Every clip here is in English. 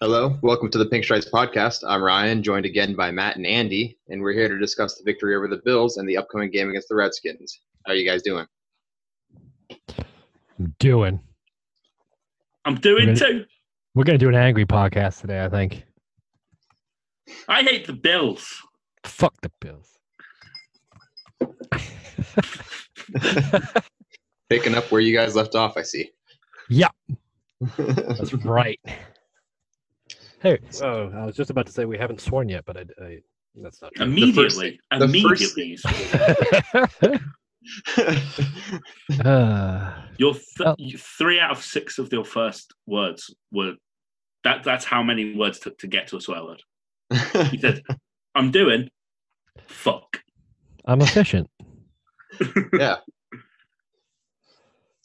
Hello, welcome to the Pink Stripes podcast. I'm Ryan, joined again by Matt and Andy, and we're here to discuss the victory over the Bills and the upcoming game against the Redskins. How are you guys doing? I'm doing. I'm doing Really? too. We're gonna do an angry podcast today, I think. I hate the Bills. Fuck the Bills. Picking up where you guys left off, I see. Yeah. That's That's right. Hey, oh, I was just about to say we haven't sworn yet, but I, I that's not true. Immediately. the first immediately. uh, your th- Oh. you- three out of six of your first words were that that's how many words took to get to a swear word. You said, I'm doing fuck. I'm efficient. so,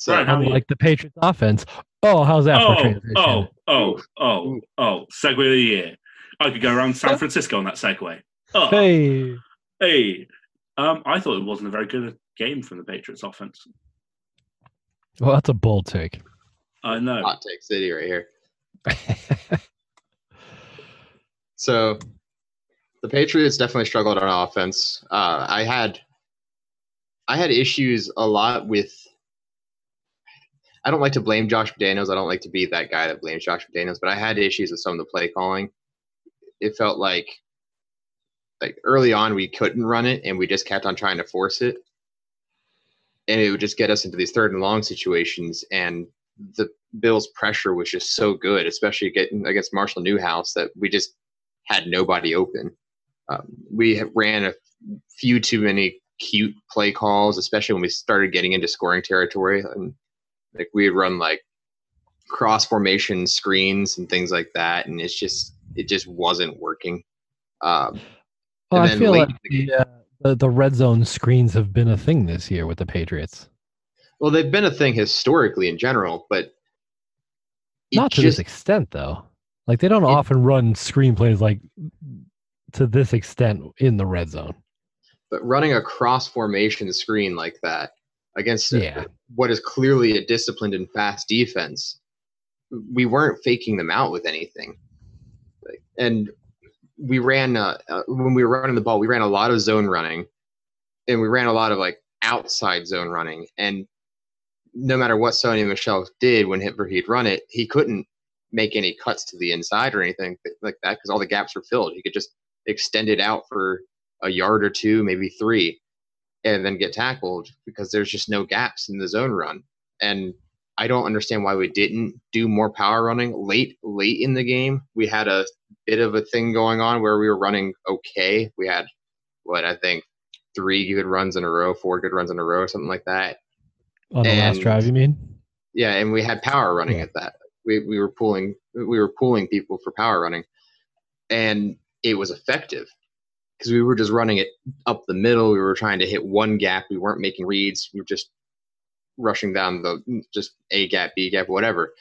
Right, how- I'm like the Patriots offense. Oh, how's that for Oh, transition? oh, oh, oh, oh, segue of the year. I could go around San Francisco on that segue. Oh, hey. Hey. Um, I thought it wasn't a very good game from the Patriots offense. Well, that's a bold take. I know. hot take city right here. So the Patriots definitely struggled on offense. Uh, I had I had issues a lot with. I don't like to blame Josh McDaniels. I don't like to be that guy that blames Josh McDaniels, but I had issues with some of the play calling. It felt like like early on we couldn't run it and we just kept on trying to force it. And it would just get us into these third and long situations and the Bills' pressure was just so good, especially getting against Marshall Newhouse, that we just had nobody open. Um, we ran a few too many cute play calls, especially when we started getting into scoring territory, and like we would run like cross formation screens and things like that, and it's just it just wasn't working. Um, Well, And I then feel late like in the the, uh, the the red zone screens have been a thing this year with the Patriots. well, they've been a thing historically in general, but it Not to just this extent, though. Like they don't It- often run screenplays like to this extent in the red zone. but running a cross formation screen like that against a- Yeah. what is clearly a disciplined and fast defense, we weren't faking them out with anything. Like, and we ran uh, uh, when we were running the ball, we ran a lot of zone running, and we ran a lot of like outside zone running. And no matter what Sony Michelle did when he- he'd run it, he couldn't make any cuts to the inside or anything like that because all the gaps were filled. He could just extend it out for a yard or two, maybe three, and then get tackled because there's just no gaps in the zone run. And I don't understand why we didn't do more power running late, late in the game. We had a bit of a thing going on where we were running okay. We had what I think three good runs in a row, four good runs in a row, or something like that. On the last And- drive, you mean? Yeah, and we had power running Yeah. at that. We we were pulling we were pulling people for power running, and it was effective because we were just running it up the middle. We were trying to hit one gap. We weren't making reads. We were just rushing down the just a gap, b gap, whatever,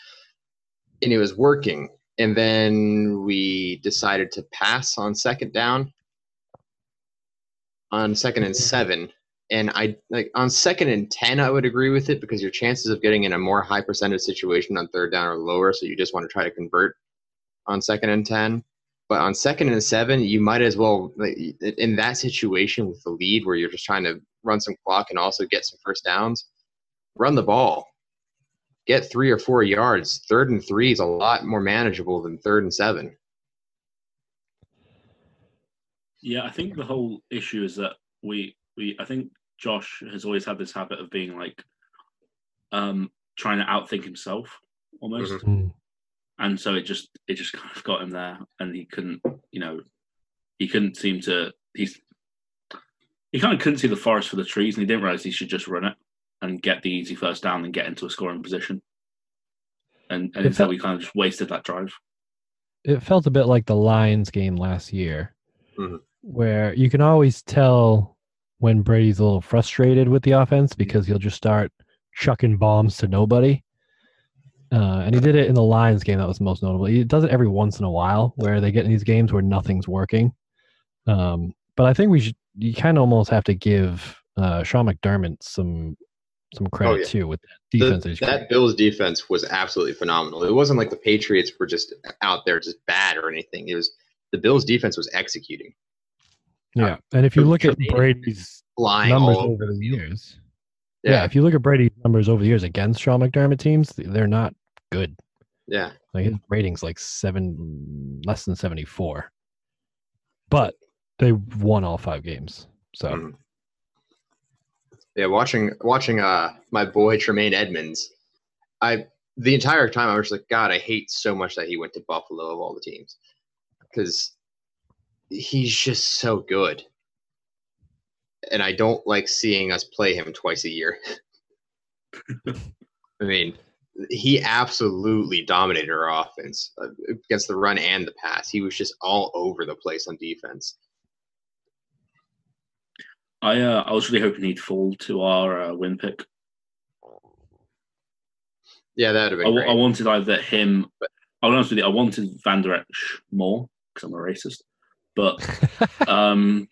and it was working. And then we decided to pass on second down, on second and seven. And I like on second and ten, I would agree with it because your chances of getting in a more high percentage situation on third down are lower. So you just want to try to convert on second and ten. But on second and seven, you might as well like, in that situation with the lead where you're just trying to run some clock and also get some first downs, run the ball, get three or four yards. Third and three is a lot more manageable than third and seven. Yeah, I think the whole issue is that we we I think Josh has always had this habit of being like um trying to outthink himself almost. Mhm. Mm. And so it just it just kind of got him there and he couldn't, you know, he couldn't seem to he's he kind of couldn't see the forest for the trees and he didn't realize he should just run it and get the easy first down and get into a scoring position. And and It so felt- we kind of just wasted that drive. It felt a bit like the Lions game last year, Mhm. where you can always tell when Brady's a little frustrated with the offense Mm-hmm. because he'll just start chucking bombs to nobody. Uh, and he did it in the Lions game. That was most notable. He does it every once in a while, where they get in these games where nothing's working. Um, but I think we should. You kind of almost have to give uh, Sean McDermott some some credit Oh, yeah. too with that The- defense. that he's that created. Bills defense was absolutely phenomenal. It wasn't like the Patriots were just out there just bad or anything. It was the Bills defense was executing, yeah, and if you the look at Tremaine Brady's flying numbers all over. over the years, Yeah. yeah. if you look at Brady's numbers over the years against Sean McDermott teams, they're not good. Yeah, Like his ratings like seven, less than seventy four, but they won all five games. So Mhm. yeah. Watching watching uh my boy Tremaine Edmonds, I the entire time I was like, God, I hate so much that he went to Buffalo of all the teams, because he's just so good, and I don't like seeing us play him twice a year. I mean, he absolutely dominated our offense uh, against the run and the pass. He was just all over the place on defense. I uh, I was really hoping he'd fall to our uh, win pick. Yeah, that would have I, been w- great. I wanted either him. I'll be honest with you. I wanted Van Der Esch more because I'm a racist, but um,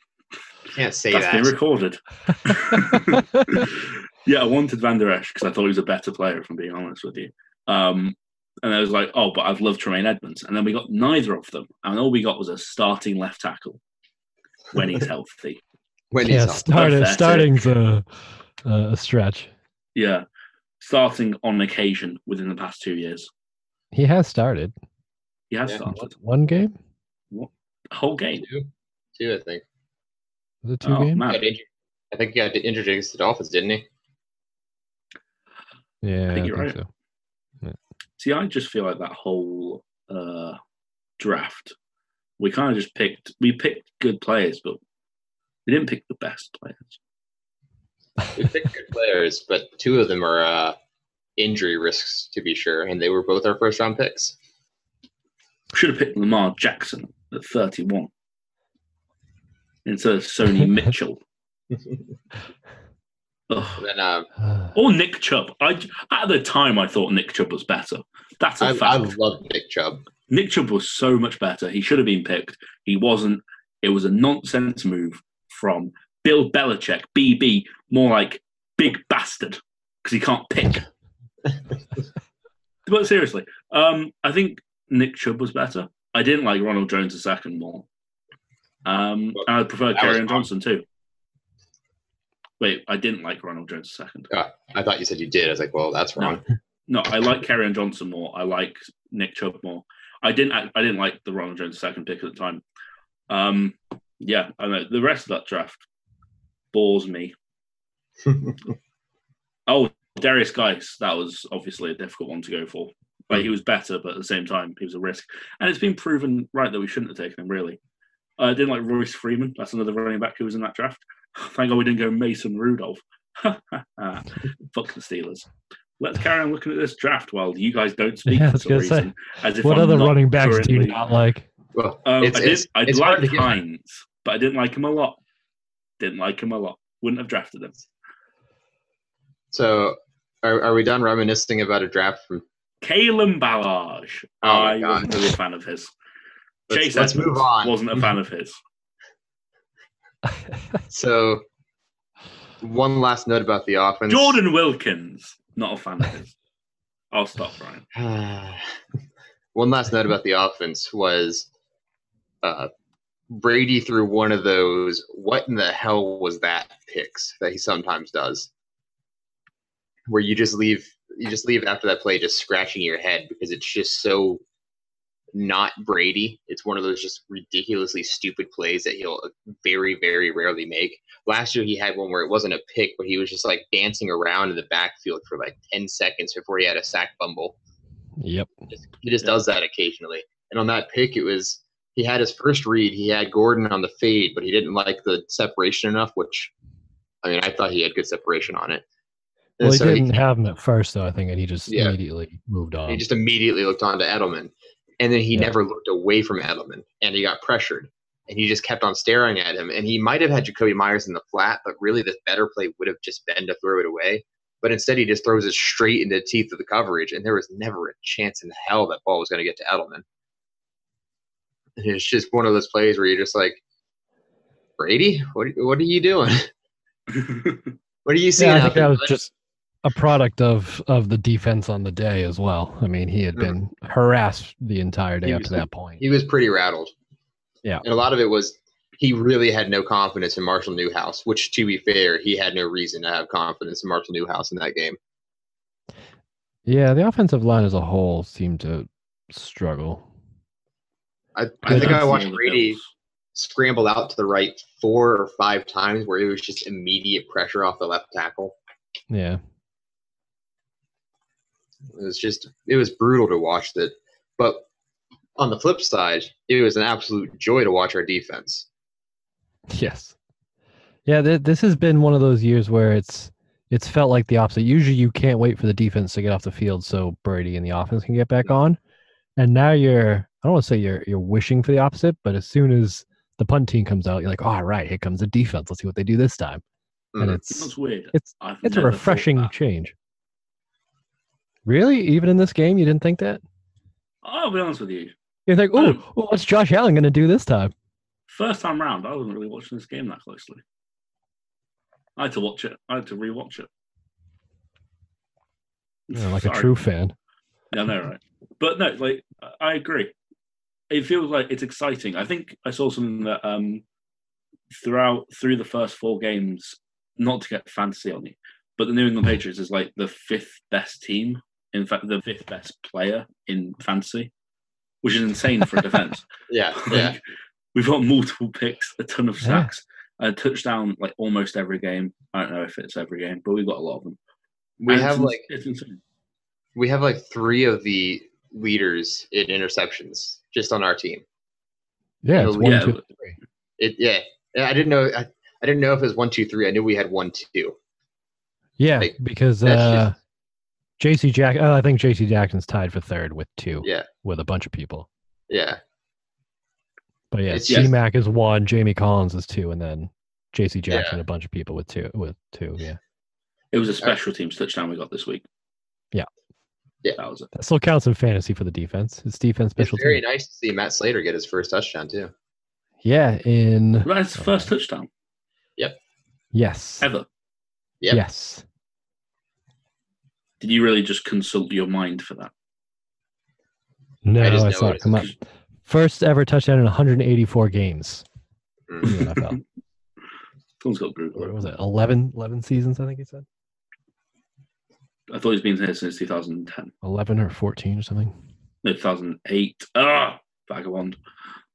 Can't say that's that. been recorded. Mm. yeah, I wanted Van Der Esch because I thought he was a better player. If I'm being honest with you, um, and I was like, oh, but I've loved Tremaine Edmonds, and then we got neither of them, and all we got was a starting left tackle when he's healthy. when he's yeah, healthy. starting Pathetic. starting's a, a stretch. Yeah, starting on occasion within the past two years, He has started he has Yeah. started one game. a whole game. Two, two, I think. Was it two Oh games? He got man, injured. I think he got injured against the Dolphins, didn't he? Yeah, I think you're so. See, I just feel like that whole uh, draft, we kind of just picked. We picked good players, but we didn't pick the best players. We picked good players, but two of them are uh, injury risks to be sure, and they were both our first round picks. Should have picked Lamar Jackson at 31 instead of Sony Mitchell Ugh. And then um, or Nick Chubb. I at the time I thought Nick Chubb was better. That's a I, I fact. love Nick Chubb. Nick Chubb was so much better. He should have been picked. He wasn't. It was a nonsense move from Bill Belichick, BB, more like big bastard, because he can't pick. but seriously, um, I think Nick Chubb was better. I didn't like Ronald Jones a second more. Um, and I preferred That was Kerryon wrong. Johnson too. Wait, I didn't like Ronald Jones a second. I thought you said you did. I was like, well, that's No. wrong. No, I like Kerryon Johnson more. I like Nick Chubb more. I didn't. I, I didn't like the Ronald Jones second pick at the time. Um, yeah, I know the rest of that draft bores me. Oh, Darius Geis, that was obviously a difficult one to go for. Like Hmm. he was better, but at the same time, he was a risk, and it's been proven right that we shouldn't have taken him. Really, I didn't like Royce Freeman. That's another running back who was in that draft. Thank God we didn't go Mason Rudolph. Fuck the Steelers. Let's carry on looking at this draft while you guys don't speak Yeah, I for was some gonna say, reason. As if what I'm other not running backs do you currently- not like? well, um, It's- I did. it's- I it's hard liked to get- Hines, but I didn't like him a lot. Didn't like him a lot. Wouldn't have drafted him. so are, are we done reminiscing about a draft from? Kalen Ballage. Oh my I God. wasn't really a fan of his. Let's- Chase let's Edmonds move on. wasn't a fan of his. So one last note about the offense. Jordan Wilkins, not a fan of his. I'll stop, Ryan. one last note about the offense was uh, Brady threw one of those "What in the hell was that?" picks that he sometimes does, where you just leave you just leave after that play just scratching your head because it's just so not Brady. It's one of those just ridiculously stupid plays that he'll very very rarely make. Last year he had one where it wasn't a pick, but he was just like dancing around in the backfield for like ten seconds before he had a sack fumble Yep. just, he just does that occasionally. And on that pick, it was he had his first read. He had Gordon on the fade, but he didn't like the separation enough. Which, I mean, I thought he had good separation on it. And Well, he so he- didn't have him at first, though. I think, and he just Yeah. immediately moved on. he just immediately looked on to Edelman, and then he Um, Yeah. never looked away from Edelman, and he got pressured, and he just kept on staring at him. And he might have had Jacoby Myers in the flat, but really the better play would have just been to throw it away. But instead, he just throws it straight into the teeth of the coverage, and there was never a chance in hell that ball was going to get to Edelman. And It's just one of those plays where you're just like, Brady, what what are you doing? What are you seeing? yeah, I out think there, that was bud?" just a product of of the defense on the day as well. I mean, he had been harassed the entire day He up was- to that point. He was pretty rattled. Yeah. And a lot of it was he really had no confidence in Marshall Newhouse, which, to be fair, he had no reason to have confidence in Marshall Newhouse in that game. Yeah, the offensive line as a whole seemed to struggle. I, I think don't I watched feel the Brady Bills. scramble out to the right four or five times where it was just immediate pressure off the left tackle. Yeah. It was just, it was brutal to watch that. But on the flip side, it was an absolute joy to watch our defense. Yes. Yeah, th- this has been one of those years where it's it's felt like the opposite. Usually you can't wait for the defense to get off the field so Brady and the offense can get back on. And now you're I don't want to say you're you're wishing for the opposite, but as soon as the punt team comes out, you're like, all right, here comes the defense. Let's see what they do this time. Mhm. And You know it's what's weird? it's- I've it's a never thought refreshing that. change. Really? Even in this game, you didn't think that? I'll be honest with you. You're like, I oh, don't- what's Josh Allen going to do this time? First time round, I wasn't really watching this game that closely. I had to watch it. I had to rewatch it. You know, like a Sorry. true fan. Yeah, I know, right? But no, like I- I agree. It feels like it's exciting. I think I saw something that um throughout through the first four games, not to get fantasy on you, but the New Hmm. England Patriots is like the fifth best team. In fact, the fifth best player in fantasy, which is insane for a defense. Yeah. Like, Yeah. We've got multiple picks, a ton of Yeah. sacks, a touchdown like almost every game. I don't know if it's every game, but we've got a lot of them. We And have it's- like, it's insane. we have like three of the leaders in interceptions just on our team. Yeah, Yeah, it's one, yeah, two, but- three. It yeah. And I didn't know I, I didn't know if it was one, two, three. I knew we had one, two. Yeah, like, because that's uh, JC Jack. Oh, I think JC Jackson's tied for third with two. Yeah. with a bunch of people. Yeah. But yeah, It's C just- Mac is one, Jamie Collins is two, and then JC Yeah. Jackson a bunch of people with two. With two, yeah, It uh, was a special teams touchdown we got this week. Yeah. Yeah. That was it. that still counts in fantasy for the defense. It's defense special it's very team. nice to see Matt Slater get his first touchdown too. Yeah, in That's the first touchdown yes, ever. Yep. yes, Did you really just consult your mind for that? no, I just it's know not. it. Come on, first ever touchdown in 184 games. in Mm. the NFL. Someone's got Google. what it. was it? 11, 11 seasons, I think he said. I thought he's been here since 2010. 11 or 14 or something. No, 2008. Ah, vagabond.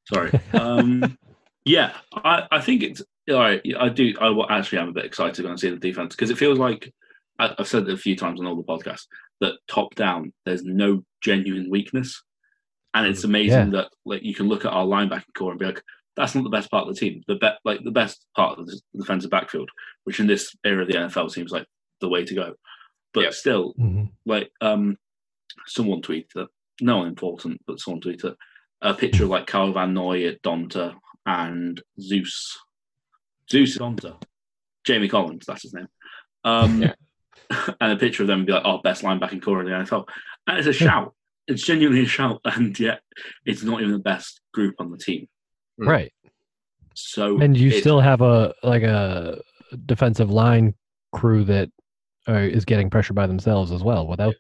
Sorry. Um, yeah, I, I think it's all right. I do. I wa- actually am a bit excited when I see the defense because it feels like I, I've said it a few times on all the podcasts that top down, there's no genuine weakness, and it's amazing Yeah. that like you can look at our linebacking core and be like, that's not the best part of the team. The bet like the best part of the defensive backfield, which in this era of the NFL seems like the way to go. But Yep. still, Mhm. Mm-hmm. like um someone tweeted it, no one important, but someone tweeted it, a picture of like Carl Van Noy at Donta and Zeus. Zeus at Donta. Jamie Collins, that's his name. Um Yeah. and a picture of them and be like, oh best linebacking core in the NFL. And it's a shout. It's genuinely a shout, and yet it's not even the best group on the team. Mm. Right. So And you it's- still have a like a defensive line crew that are, is getting pressure by themselves as well without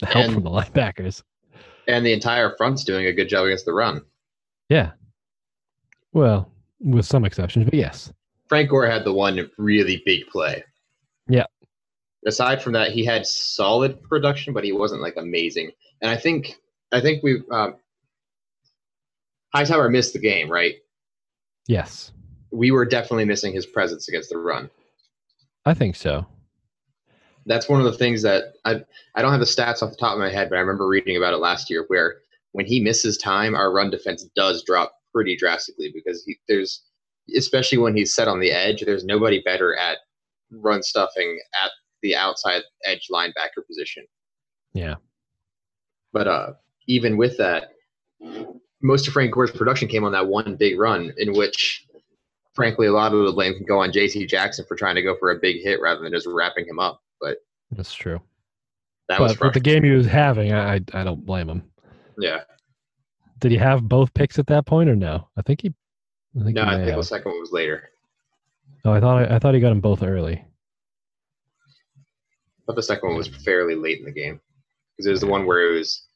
the help And- from the linebackers. And the entire front's doing a good job against the run. Yeah. Well, with some exceptions, but yes. Frank Gore had the one really big play. Yeah. Aside from that, he had solid production, but he wasn't like amazing. And I think I think we um, Hightower missed the game, right? Yes. We were definitely missing his presence against the run. I think so. that's one of the things that I I don't have the stats off the top of my head, but I remember reading about it last year where when he misses time, our run defense does drop pretty drastically because he, there's especially when he's set on the edge, there's nobody better at run stuffing at the outside edge linebacker position. Yeah. But uh, even with that, most of Frank Gore's production came on that one big run in which, frankly, a lot of the blame can go on J.C. Jackson for trying to go for a big hit rather than just wrapping him up. But That's true. that was But with the frustrating. game he was having, I I I don't blame him. yeah. Did he have both picks at that point or no? I think he I think No, he I may think the have. Oh, second one was later. No, I thought I, thought he got them both early. thought the second one was fairly late in the game because it was the one where it was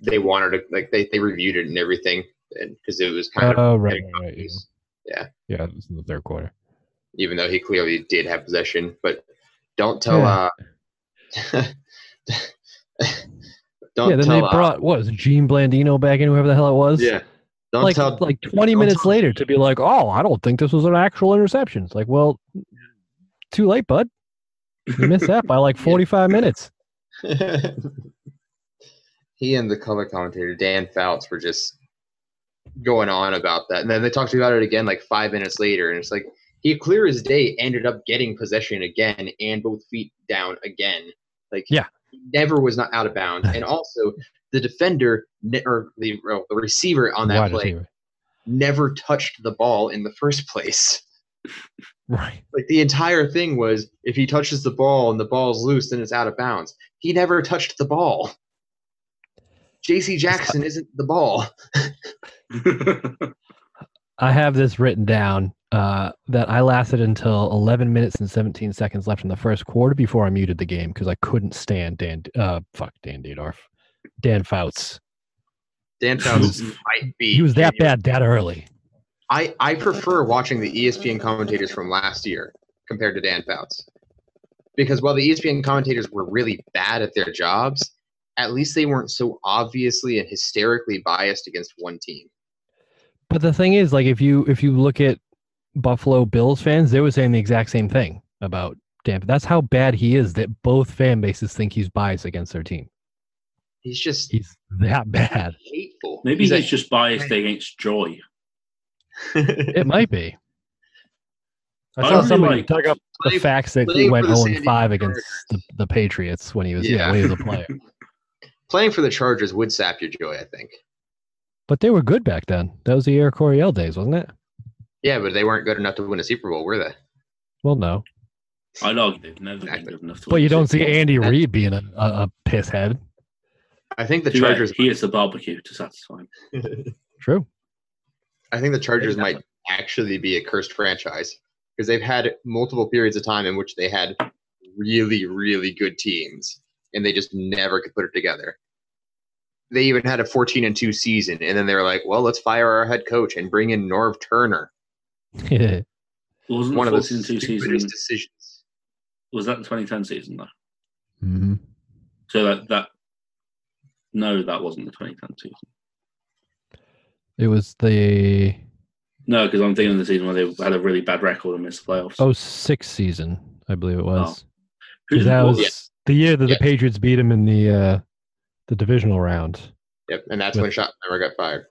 they wanted to like they, they reviewed it and everything and because it was kind Oh, of right, right, right, yeah. Yeah, it was in the third quarter. even though he clearly did have possession. But don't tell. Yeah. Uh, don't yeah, then tell. they uh, brought what was it, Gene Blandino back in, whoever the hell it was. yeah. Don't like tell. like 20 don't minutes tell- later to be like, oh, I don't think this was an actual interception. It's like, well, too late, bud. You missed that by like 45 minutes. he and the color commentator Dan Fouts were just going on about that, and then they talked about it again like five minutes later, and it's like he clear as day ended up getting possession again and both feet down again. Like Yeah. he never was not out of bounds, and also the defender ne- or the, well, the receiver on that Wide play receiver. never touched the ball in the first place. Right. Like the entire thing was if he touches the ball and the ball's loose, then it's out of bounds. He never touched the ball. JC Jackson isn't the ball. I have this written down uh, that I lasted until 11 minutes and 17 seconds left in the first quarter before I muted the game because I couldn't stand Dan. Uh, fuck Dan Dadorf. Dan Fouts. Dan Fouts might be. He was that bad that early. I, I prefer watching the E ESPN commentators from last year compared to Dan Fouts. Because while the E ESPN commentators were really bad at their jobs, at least they weren't so obviously and hysterically biased against one team. But the thing is, like, if you if you look at Buffalo Bills fans, they were saying the exact same thing about Dan. That's how bad he is. That both fan bases think he's biased against their team. He's just He's that bad. hateful. Maybe he's, a- just biased against Joy. It might be. I I saw really somebody like- dug up the Play- facts that he playing went for the 0 San Diego 5 against the, the Patriots when he was yeah. Yeah. when he was a player. playing for the Chargers would sap your joy, I think. but they were good back then. That was the Air Coryell days, wasn't it? Yeah, but they weren't good enough to win a Super Bowl, were they? Well, no. I'd argue they've never been Exactly. good enough to But win you the don't Super see Bowl. Andy Reid being a, a, a pisshead. I think the Too bad. Chargers. He is the barbecue to satisfy him. True. I think the Chargers Exactly. might actually be a cursed franchise because they've had multiple periods of time in which they had really, really good teams, and they just never could put it together. They even had a 14 and two season, and then they were like, "Well, let's fire our head coach and bring in Norv Turner." Yeah. Wasn't One the of the 14 stupidest 2 season, decisions. was that the 2010 season though? hmm So that, that, no, that wasn't the 2010 season. It was the No, because I'm thinking of the season where they had a really bad record and missed the playoffs. Oh, 06 season, I believe it was. Who 'Cause that what was the year that Yeah. the Patriots beat him in the uh, the divisional round. Yep, and that's With- when Schottenheimer got fired.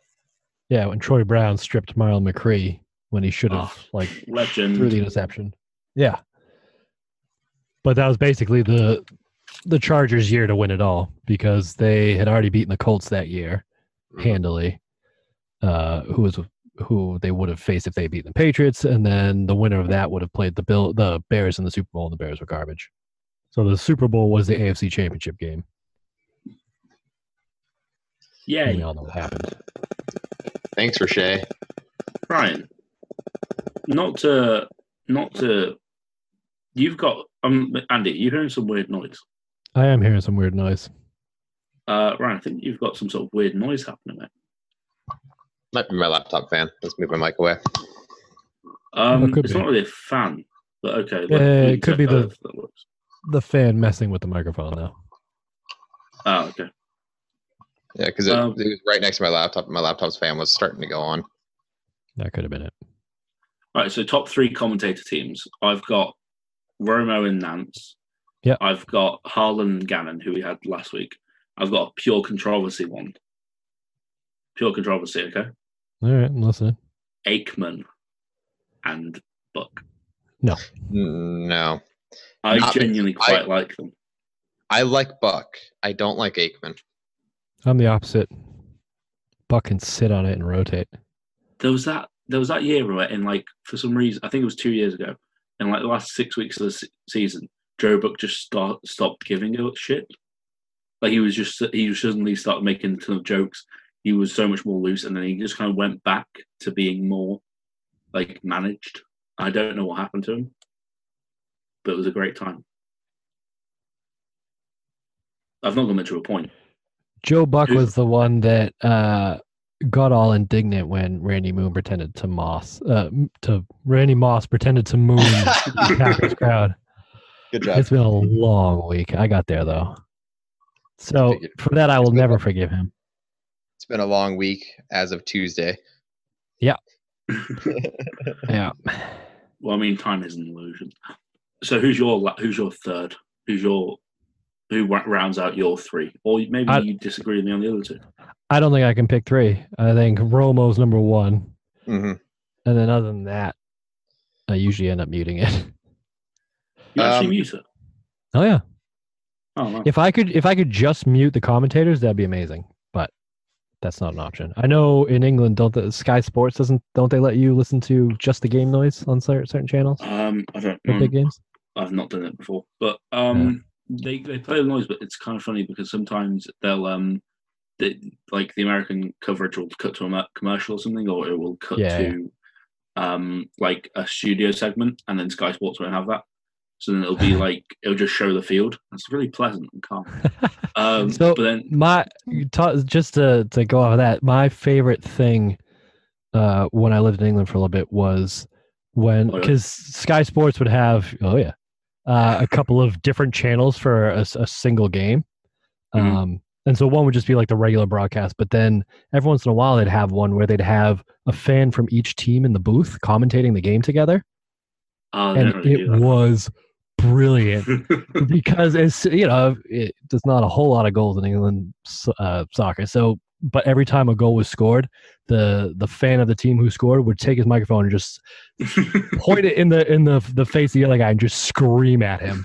Yeah, when Troy Brown stripped Marlon McCree when he should have Oh. like legend. through the interception. Yeah. But that was basically the the Chargers year to win it all because they had already beaten the Colts that year Mhm. handily. Uh who was who they would have faced if they had beaten the Patriots and then the winner of that would have played the Bill the Bears in the Super Bowl and the Bears were garbage. So the Super Bowl was the AFC Championship game. Yeah, and We all know what happened. Thanks, Rashay. Brian. Not to, not to. You've got um Andy. You're hearing some weird noise. I am hearing some weird noise. Uh, Ryan, I think you've got some sort of weird noise happening there. Might be my laptop fan. Let's move my mic away. Um, It could it's be. not really a fan, but okay. let- Yeah, we it can could check be that the- if that works. The fan messing with the microphone though. Oh, okay. Yeah, because it, Um, it was right next to my laptop. and My laptop's fan was starting to go on. That could have been it. All right. So top three commentator teams. I've got Romo and Nance. Yeah. I've got Harlan and Gannon, who we had last week. I've got a pure controversy one. Pure controversy. Okay. All right, I'm listening. Aikman and Buck. Mm, No, I Not- genuinely I- quite like them. I like Buck. I don't like Aikman. I'm the opposite. Buck can sit on it and rotate. There was that. There was that year where, in like for some reason, I think it was two years ago, in like the last six weeks of the se- season, Joe Buck just start, stopped giving a shit. Like he was just he suddenly started making a ton of jokes. He was so much more loose, and then he just kind of went back to being more like managed. I don't know what happened to him, but it was a great time. I've not got much of a point. Joe Buck Who- was the one that uh, got all indignant when Randy Moon pretended to Moss uh, m- to Randy Moss pretended to Moon the Packers crowd. Good job. It's been a long week. I got there though, so Figured. for that I will It's been never long. forgive him. It's been a long week as of Tuesday. Yeah. Yeah, Well, I mean, time is an illusion. So who's your la- who's your third? Who's your who wa- rounds out your three? Or maybe I- you disagree with me on the other two. I don't think I can pick three. I think Romo's number one, hmm and then other than that, I usually end up muting it. You actually Um, mute it. Oh yeah, Oh, wow. if I could, if I could just mute the commentators, that'd be amazing. But that's not an option. I know in England, don't the Sky Sports doesn't don't they let you listen to just the game noise on cer- certain channels um, I don't for know. big games? I've not done it before, but um, they they play the noise, but it's kind of funny because sometimes they'll um, they, like the American coverage will cut to a mer- commercial or something, or it will cut Yeah, yeah. to um, like a studio segment, and then Sky Sports won't have that. So then it'll be like it'll just show the field. It's really pleasant and calm. Um, So- but then My you ta- just to to go off of that, my favorite thing uh, when I lived in England for a little bit was when Oh, yeah. because Sky Sports would have oh yeah uh, a couple of different channels for a, s- a single game, Mhm. um, and so one would just be like the regular broadcast, but then every once in a while they'd have one where they'd have a fan from each team in the booth commentating the game together, oh, they and don't really it do was brilliant that. because as you know, it, there's not a whole lot of goals in England so- uh, soccer. So, but every time a goal was scored, the the fan of the team who scored would take his microphone and just point it in the in the the face of the other guy and just scream at him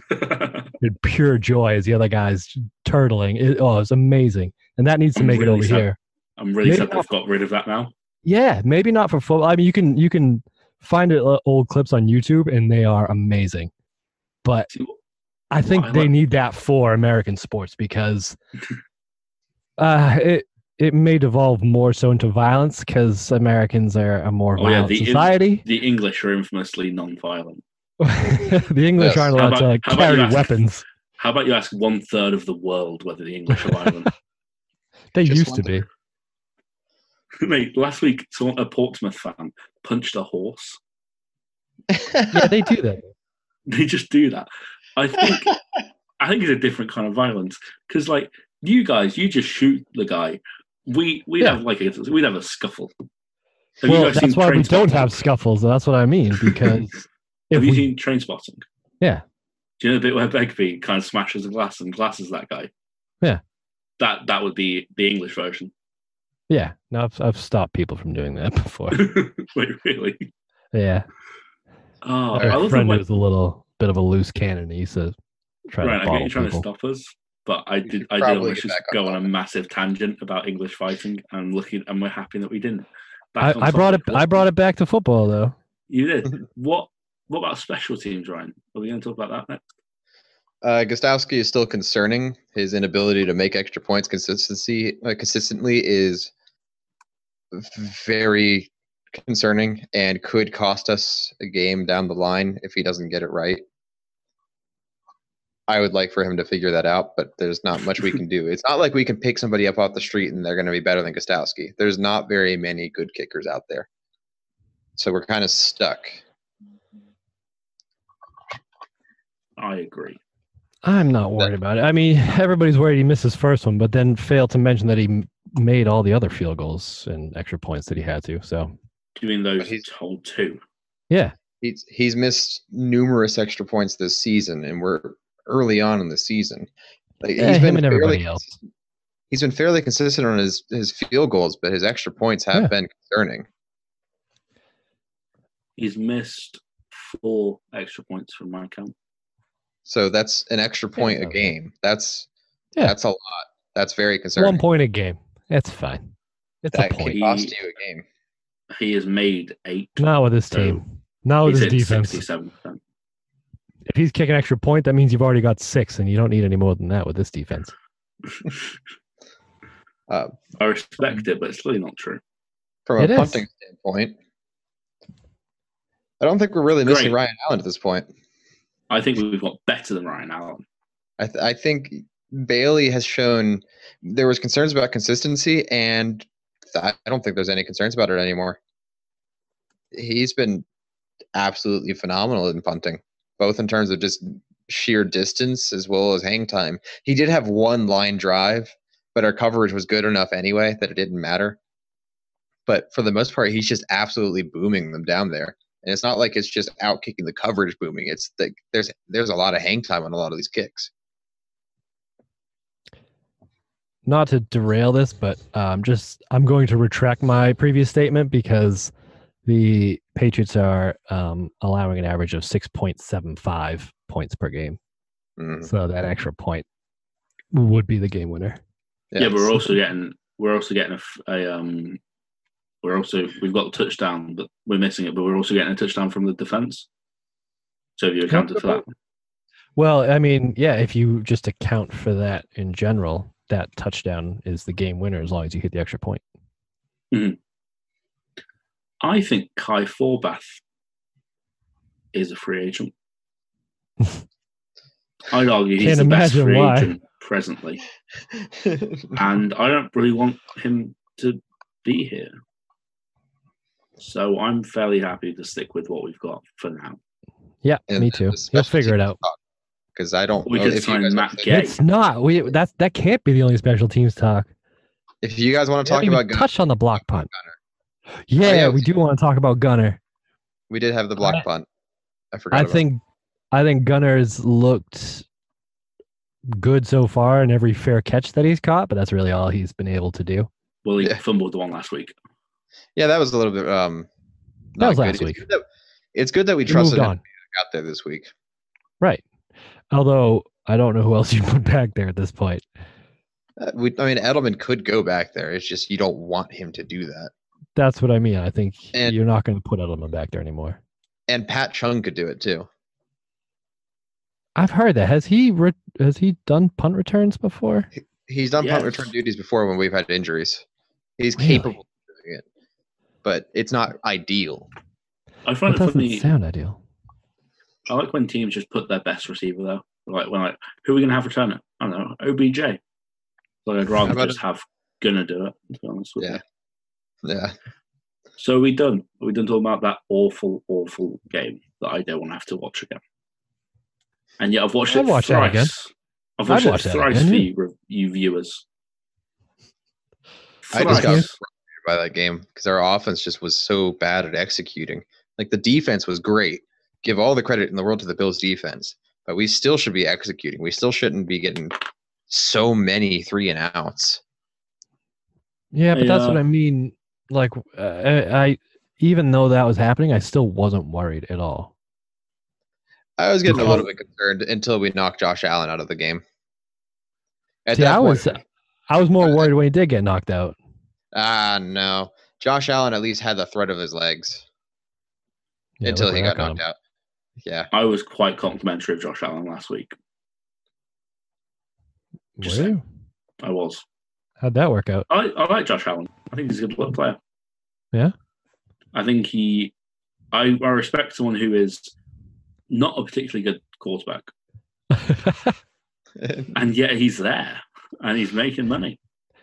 in pure joy as the other guy's turtling. It, oh, it's amazing, and that needs to I'm make it really over sad. here. I'm really Maybe sad they've got rid of that now. Yeah, maybe not for full. I mean, you can you can find it, uh, old clips on YouTube, and they are amazing. But See, I think I they like- need that for American sports because uh, it it may devolve more so into violence because Americans are a more Oh, yeah, violent the in- society. The English are infamously non-violent. the English Yes. aren't How allowed to about- like, how about you carry ask- weapons. How about you ask one third of the world whether the English are violent? They Just used to wonder. be. Mate, last week someone, a Portsmouth fan punched a horse. Yeah, they do that. They just do that. I think I think it's a different kind of violence because, like, you guys, you just shoot the guy. We we would Yeah. have like a, we'd have a scuffle. Have you well, guys that's seen why we don't Trainspotting? have scuffles. and That's what I mean because if have you we, seen Train Spotting? Yeah. Do you know the bit where Begbie kind of smashes a glass and glasses that guy? Yeah. That that would be the English version. yeah, no, I've, I've stopped people from doing that before. Wait, really? yeah, Oh, I our love friend when, was a little bit of a loose cannon. He used to try to Right, I get bottle you trying people. to stop us, but I We did. should I did probably almost get just back on go on a massive tangent about English fighting, and I'm looking, and we're happy that we didn't. Back on I, I brought it. topic, I what- brought it back to football though. You did. What? What about special teams, Ryan? Are we going to talk about that next? Uh, Gostowski is still concerning. His inability to make extra points consistency uh, consistently is very concerning and could cost us a game down the line if he doesn't get it right. I would like for him to figure that out, but there's not much we can do. It's not like we can pick somebody up off the street and they're going to be better than Gostowski. There's not very many good kickers out there. So we're kind of stuck. I agree. I'm not worried about it. I mean, everybody's worried he missed his first one, but then failed to mention that he m- made all the other field goals and extra points that he had to. So Doing those he's- whole two. yeah, He's he's missed numerous extra points this season, and we're early on in the season. Like, Yeah, he's been him and everybody fairly, else. consistent- He's been fairly consistent on his his field goals, but his extra points have Yeah. been concerning. He's missed four extra points from my count. So that's an extra point a okay. game. That's Yeah. that's a lot. That's very one concerning. point a game. That's fine. It's that a point. can cost you a game. He has made eight. Not with his team. Not with He's his at defense. 67%. If he's kicking extra point, that means you've already got six, and you don't need any more than that with this defense. I Mm. respect it, but it's really not true. From a It is. punting standpoint, I don't think we're really missing Great. Ryan Allen at this point. I think we've got better than Ryan Allen. I th- I think Bailey has shown there was concerns about consistency, and I I don't think there's any concerns about it anymore. He's been absolutely phenomenal in punting, both in terms of just sheer distance as well as hang time. He did have one line drive, but our coverage was good enough anyway that it didn't matter. But for the most part, he's just absolutely booming them down there. And it's not like it's just out kicking the coverage booming. It's like there's there's a lot of hang time on a lot of these kicks. not to derail this, but um, just I'm going to retract my previous statement because the Patriots are um, allowing an average of 6.75 points per game. Mhm. So that extra point would be the game winner. Yeah, but it's- we're also getting we're also getting a, f- a, um we're also we've got a touchdown, but we're missing it. But we're also getting a touchdown from the defense. So have you accounted for that? Well, I mean, yeah, if you just account for that in general, that touchdown is the game winner as long as you hit the extra point. I think Kai Forbath is a free agent. I'd argue he's Can't the best imagine free why. agent presently, and I don't really want him to be here. So I'm fairly happy to stick with what we've got for now. Yeah, And me then too. the special He'll figure it teams out. talk, Because I don't. We know could if you sign guys Matt wanna- Gay. It's not. We that's that can't be the only special teams talk. If you guys want We to talk haven't about even Gunner, touched on the block punt. Gunner. Oh, Yeah, yeah, we we- do want to talk about Gunner. we did have the block I- punt. I forgot. I about think I think Gunner's looked good so far in every fair catch that he's caught, but that's really all he's been able to do. Well, he Yeah. fumbled the one last week. Yeah, that was a little bit. Um, That not was good. last It's week. good that- It's good that we He moved trusted him on. out there this week. Right. Although I don't know who else you put back there at this point. Uh, we, I mean, Edelman could go back there. It's just you don't want him to do that. That's what I mean. I think And- you're not going to put Edelman back there anymore. And Pat Chung could do it too. I've heard that. Has he re- has he done punt returns before? He's done punt Yes. return duties before when we've had injuries. He's Really? capable of doing it, but it's not ideal. I find That it doesn't funny. sound ideal. I like when teams just put their best receiver though. Like when like who are we gonna have return it? I don't know, OBJ. Like I'd rather about just have gonna do it. To be honest with Yeah. you. Yeah. So are we done? Are we done talking about that awful, awful game that I don't want to have to watch again? And yet I've watched I'd it watch thrice. that again. I've watched I'd it watch that thrice again, for yeah. you, re- you viewers. I just got Thrice. frustrated by that game because our offense just was so bad at executing. Like the defense was great. Give all the credit in the world to the Bills defense, but we still should be executing. We still shouldn't be getting so many three and outs. Yeah, but that's Yeah. what I mean. Like, uh, I, I even though that was happening, I still wasn't worried at all. I was getting a little Because- bit concerned until we knocked Josh Allen out of the game. At See, that I point- was, uh, I was Uh, more worried when he did get knocked out. ah no, Josh Allen at least had the threat of his legs Yeah, until look he got what that got knocked him. out. Yeah, I was quite complimentary of Josh Allen last week. Just Were saying. you? I was. How'd that work out? I, I like Josh Allen. I think he's a good player. Yeah? I think he. I, I respect someone who is not a particularly good quarterback, and yet he's there and he's making money.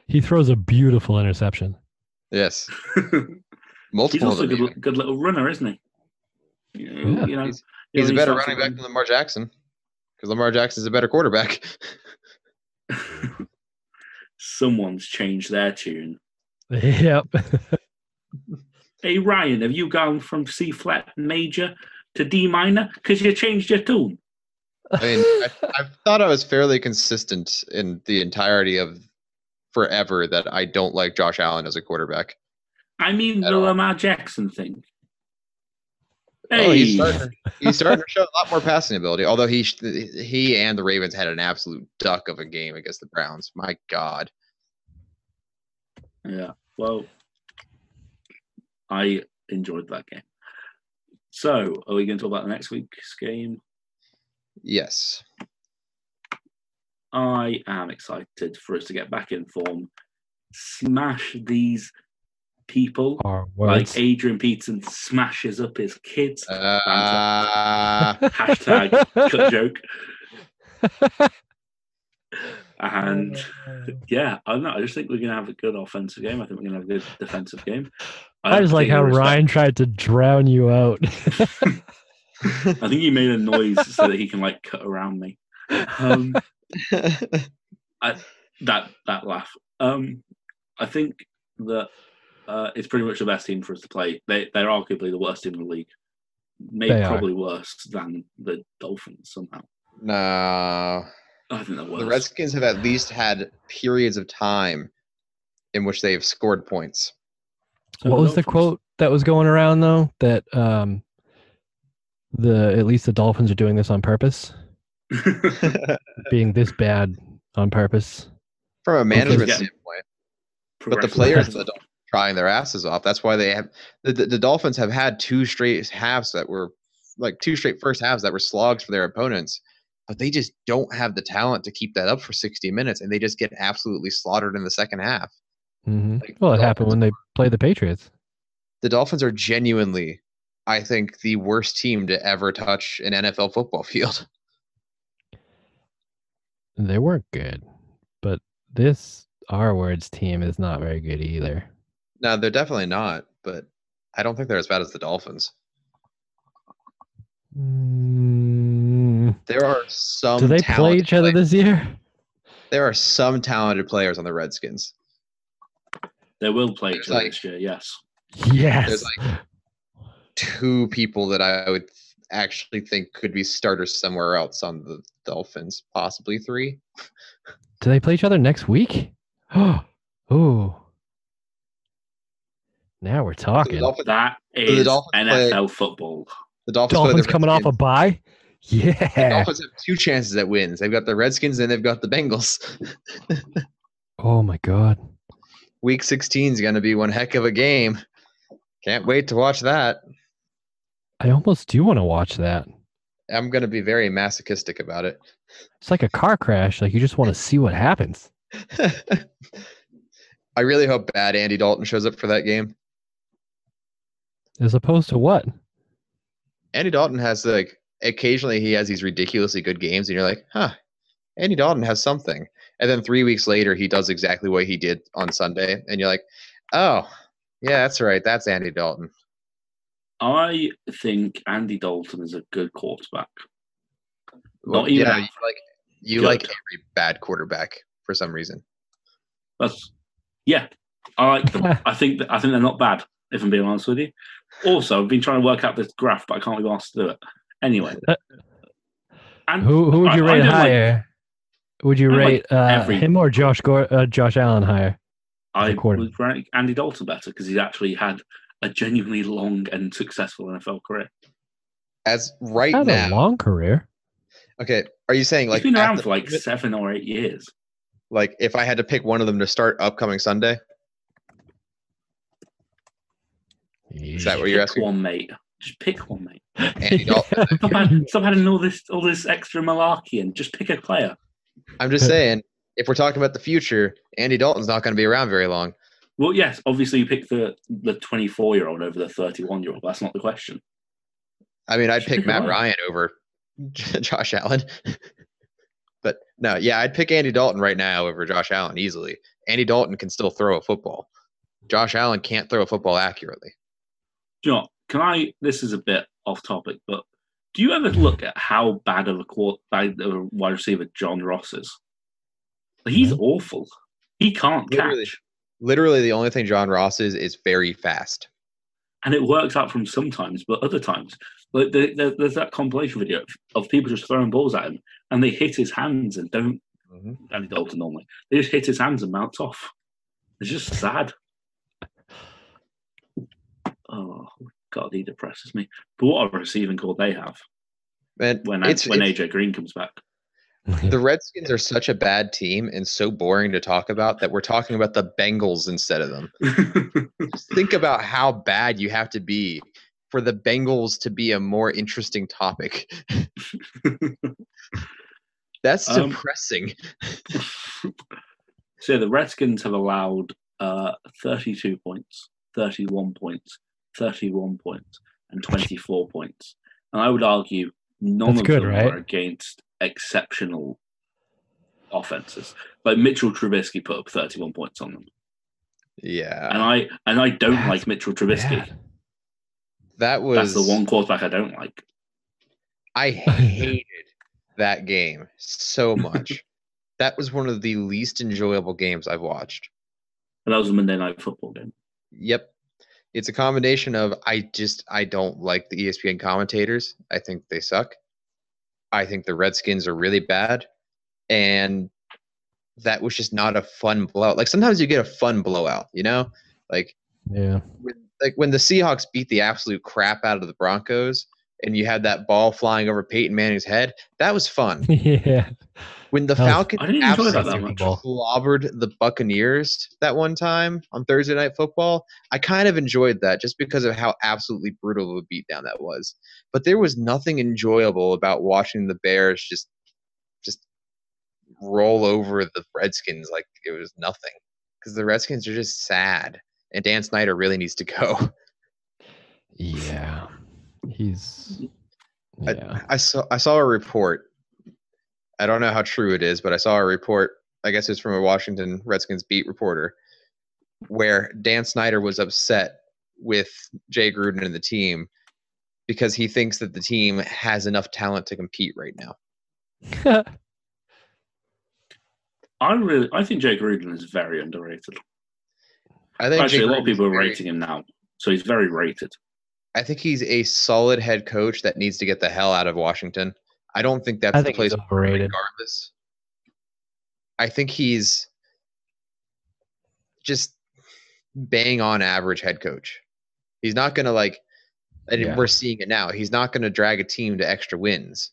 he throws a beautiful interception. yes, he's multiple. also a of them good, even. good little runner, isn't he? You know, Yeah. you know, He's- you know, He's a better not running back than something- Lamar Jackson because Lamar Jackson's a better quarterback. Someone's changed their tune. Yep. Hey Ryan, have you gone from C flat major to D minor because you changed your tune? I mean, I, I thought I was fairly consistent in the entirety of forever that I don't like Josh Allen as a quarterback. I mean I the don't- Lamar Jackson thing. Hey, Oh, he's starting, he's starting to show a lot more passing ability. Although he sh- he and the Ravens had an absolute duck of a game against the Browns. My God, Yeah. Well, I enjoyed that game. So, are we going to talk about the next week's game? yes, I am excited for us to get back in form, smash these people Our words. like Adrian Peterson smashes up his kids. uh, Hashtag cut joke. And yeah, I'm not. I just think we're gonna have a good offensive game. I think we're gonna have a good defensive game. I just like how particularly respect- Ryan tried to drown you out. I think he made a noise so that he can like cut around me. Um, that that laugh. Um, I think that uh, it's pretty much the best team for us to play. They they're arguably the worst team in the league. Maybe They are. probably worse than the Dolphins somehow. no. I think they're worse. The Redskins have at least had periods of time in which they have scored points. So what was the Dolphins. quote that was going around though? That um, the at least the Dolphins are doing this on purpose, being this bad on purpose. From a management yeah. standpoint, but the Progressive players offense. are trying their asses off. That's why they have the, the, the Dolphins have had two straight halves that were like two straight first halves that were slogs for their opponents, but they just don't have the talent to keep that up for 60 minutes and they just get absolutely slaughtered in the second half. hmm Like, Well, it the happened when they played the Patriots. the Dolphins are genuinely, I think, the worst team to ever touch an NFL football field. They weren't good, but this R words team is not very good either. No, they're definitely not, but I don't think they're as bad as the Dolphins. Mm, There are some. do they talented play each other Um, play- this year? There are some talented players on the Redskins. They will play each There's other like- this year. Yes. Yes. Two people that I would actually think could be starters somewhere else on the Dolphins, possibly three. Do they play each other next week? Oh, ooh. Now we're So the talking. Dolphins, That the is Dolphins play- NFL football. the Dolphins, play the Dolphins coming off a Redskins. bye. The Yeah. Dolphins have two chances at wins. They've got the Redskins and they've got the Bengals. Oh my god. Week 16 is going to be one heck of a game. Can't wait to watch that. I almost do want to watch that. I'm going to be very masochistic about it. It's like a car crash. Like you just want to see what happens. I really hope bad Andy Dalton shows up for that game. As opposed to what? Andy Dalton has like occasionally he has these ridiculously good games, and you're like, huh, Andy Dalton has something. And then three weeks later, he does exactly what he did on Sunday, and you're like, oh, yeah, that's right, that's Andy Dalton. I think Andy Dalton is a good quarterback. Well, Not even yeah, half. you like you Good. like every bad quarterback for some reason. That's yeah. I like them. I think that, I think they're not bad. If I'm being honest with you. Also, I've been trying to work out this graph, but I can't be asked to do it. Anyway, and Who who would you I- I rate don't like- higher? would you I don't rate uh, every- him or Josh Gor uh, Josh Allen higher? I quarterback. would rank Andy Dalton better because he's actually had a genuinely long and successful NFL career. As right Had now, a long career. okay, are you saying like he's been at around the for like moment, seven or eight years. like if I had to pick one of them to start upcoming Sunday? Is that what you're pick asking? one, mate. Just pick one, mate. Andy Dalton. Stop, add, stop adding all this all this extra malarkey and just pick a player. I'm just saying, if we're talking about the future, Andy Dalton's not going to be around very long. Well, yes, obviously you pick the the 24 year old over the 31 year old. That's not the question. I mean, I'd pick Sure. Matt Ryan over Josh Allen. but no, yeah, I'd pick Andy Dalton right now over Josh Allen easily. Andy Dalton can still throw a football. Josh Allen can't throw a football accurately. Do you know, what? can I? This is a bit off topic, but do you ever look at how bad of a quar- bad of a wide receiver John Ross is? He's No. awful. He can't Literally. catch, Literally, the only thing John Ross is is very fast. and it works out for him sometimes, but other times, like there, there, there's that compilation video of, of people just throwing balls at him, and they hit his hands and don't. Andy Dalton normally they just hit his hands and mount off. It's just sad. Oh God, he depresses me. But what a receiving call they have And when it's, when it's- AJ Green comes back. the Redskins are such a bad team and so boring to talk about that we're talking about the Bengals instead of them. Just think about how bad you have to be for the Bengals to be a more interesting topic. That's Um, depressing. so the Redskins have allowed uh, 32 points, 31 points, 31 points, and 24 points. And I would argue none That's of good, them right? were against exceptional offenses. Like Mitchell Trubisky put up 31 points on them, and Yeah, I and I don't That's like Mitchell Trubisky. Bad. that That's was the one quarterback I don't like. I hated that game so much. that was one of the least enjoyable games I've watched. And that was a Monday night football game. Yep. It's a combination of I just I don't like the E ESPN commentators. I think they suck. I think the Redskins are really bad. And that was just not a fun blowout. Like sometimes you get a fun blowout, you know? Like Yeah. when- like when the Seahawks beat the absolute crap out of the Broncos and you had that ball flying over Peyton Manning's head, that was fun. yeah. When the That was- Falcons I didn't even talk about that absolutely much. clobbered the Buccaneers that one time on Thursday Night Football, I kind of enjoyed that just because of how absolutely brutal of a beatdown that was. But there was nothing enjoyable about watching the Bears just just roll over the Redskins like it was nothing because the Redskins are just sad. And Dan Snyder really needs to go. Yeah. He's. Yeah. I saw I saw a report. I don't know how true it is, but I saw a report. I guess it's from a Washington Redskins beat reporter, where Dan Snyder was upset with Jay Gruden and the team because he thinks that the team has enough talent to compete right now. I really, I think Jake Gruden is very underrated. I think Actually, Jay a lot of Gruden's people are very- rating him now, so he's very rated. I think he's a solid head coach that needs to get the hell out of Washington. I don't think that's I the think place he's overrated. regardless. I think he's just bang on average head coach. He's not going to like, and Yeah. we're seeing it now. He's not going to drag a team to extra wins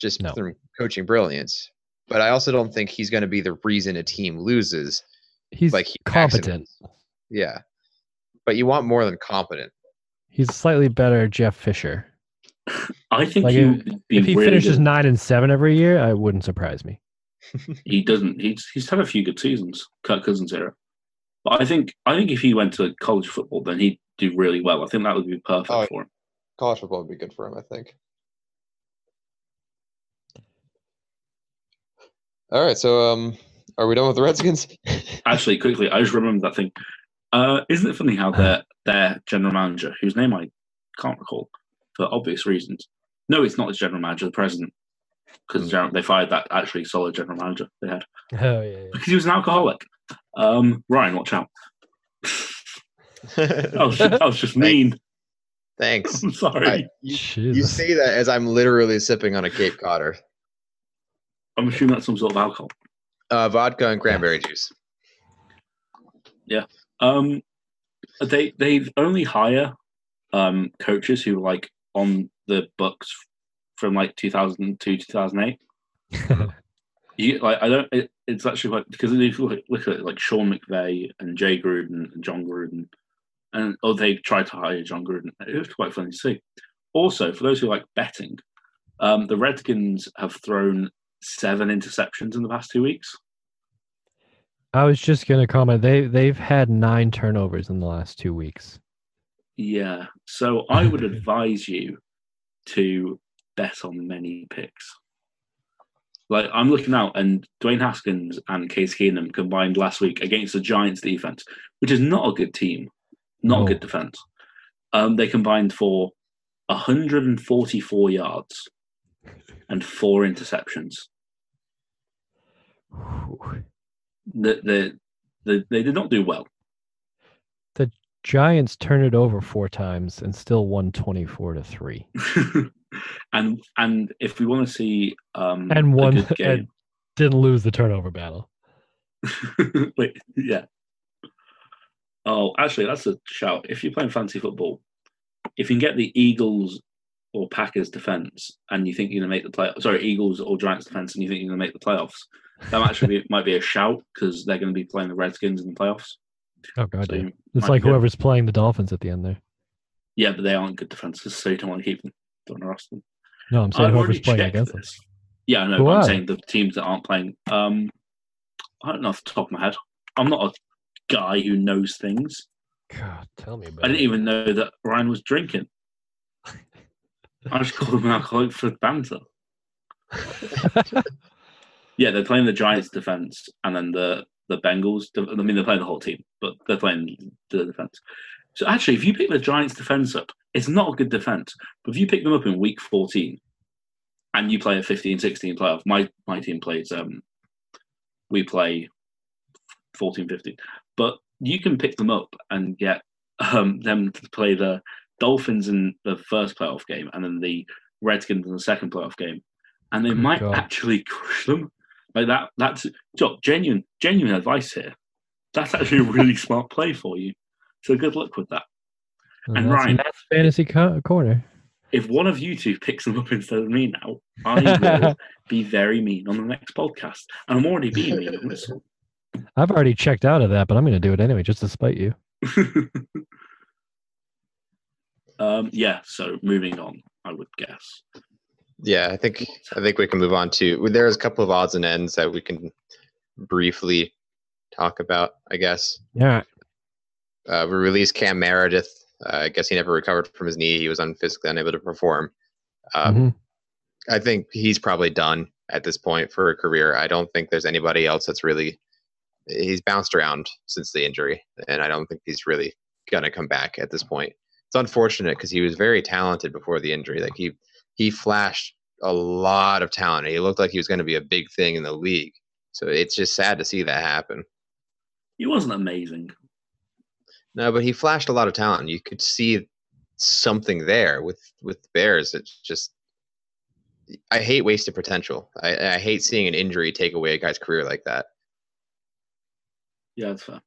just No. through coaching brilliance. But I also don't think he's going to be the reason a team loses. He's like like Hugh Jackson competent. Yeah. But you want more than competent. He's slightly better Jeff Fisher. I think Like, he if- would be if he really finishes good. nine and seven every year, I wouldn't surprise me. he doesn't. He's he's had a few good seasons, Kirk Cousins era. But I think I think if he went to college football, then he'd do really well. I think that would be perfect Oh, for him. College football would be good for him, I think. All right, so um, are we done with the Redskins? Actually, quickly, I just remembered that thing. Uh, isn't it funny how their their general manager, whose name I can't recall for obvious reasons. No, it's not the general manager, the president, because they fired that actually solid general manager they had Oh yeah. because he was an alcoholic. Um, Ryan, watch out. That was just, that was just mean. Oh, Thanks. I'm sorry. I- you, you Jesus. say that as I'm literally sipping on a Cape Codder, I'm assuming that's some sort of alcohol. uh, vodka and cranberry juice. Um, they they only hire um coaches who were like on the books from like 2002 2008. You like I don't. It, it's actually quite because if you look, look at it, like Sean McVay and Jay Gruden and John Gruden, and oh they tried to hire John Gruden. It was quite funny to see. Also, for those who like betting, um, the Redskins have thrown seven interceptions in the past two weeks. I was just gonna comment. They they've had nine turnovers in the last two weeks. Yeah. So I would advise you to bet on many picks. Like I'm looking out, and Dwayne Haskins and Case Keenum combined last week against the Giants defense, which is not a good team, not No. a good defense. Um, they combined for 144 yards and four interceptions. The, the, the, they did not do well. Giants turn it over four times and still won twenty four to three. and and if we want to see um, And a one- good game, and- Didn't lose the turnover battle. Wait, yeah. Oh, actually, that's a shout. If you're playing fantasy football, if you can get the Eagles or Packers defense, and you think you're gonna make the play, sorry, Eagles or Giants defense, and you think you're gonna make the playoffs, that actually be, might be a shout because they're gonna be playing the Redskins in the playoffs. Oh god, So damn. you- it's might like be good. whoever's playing the Dolphins at the end there. yeah, but they aren't good defenses, so you don't want to keep them. Don't want to roster them. No, I'm saying I've whoever's already playing checked against them. this. Yeah, I know. Who but I'm are they? saying the teams that aren't playing. Um, I don't know off the top of my head. I'm not a guy who knows things. God, tell me about. I didn't it. even know that Ryan was drinking. I just called him an alcoholic for banter. Yeah, they're playing the Giants defense and then the the Bengals. de- I mean, they're playing the whole team, but they're playing the defense. So actually, if you pick the Giants defense up, it's not a good defense. But if you pick them up in week 14 and you play a 15 16 playoff, my, my team plays, um, we play 14 15. But you can pick them up and get um, them to play the Dolphins in the first playoff game and then the Redskins in the second playoff game. And they Good might God. actually crush them. Like that, that's Jock, genuine, genuine advice here. That's actually a really smart play for you. So good luck with that. And Oh, that's Ryan- Matt's fantasy co- corner. If one of you two picks them up instead of me now, I will be very mean on the next podcast. And I'm already being mean on this one. I've already checked out of that, but I'm going to do it anyway, just to spite you. um, yeah, so moving on, I would guess. Yeah, I think I think we can move on to. There's a couple of odds and ends that we can briefly talk about. I guess All right. uh, we released Cam Meredith. Uh, I guess he never recovered from his knee. He was un- physically unable to perform. Um, Mhm. I think he's probably done at this point for a career. I don't think there's anybody else that's really. He's bounced around since the injury, and I don't think he's really gonna come back at this point. It's unfortunate because he was very talented before the injury. Like he he flashed a lot of talent. He looked like he was going to be a big thing in the league. So it's just sad to see that happen. He wasn't amazing. No, but he flashed a lot of talent. You could see something there with with the Bears. It's just I hate wasted potential. I, I hate seeing an injury take away a guy's career like that. Yeah, that's fair.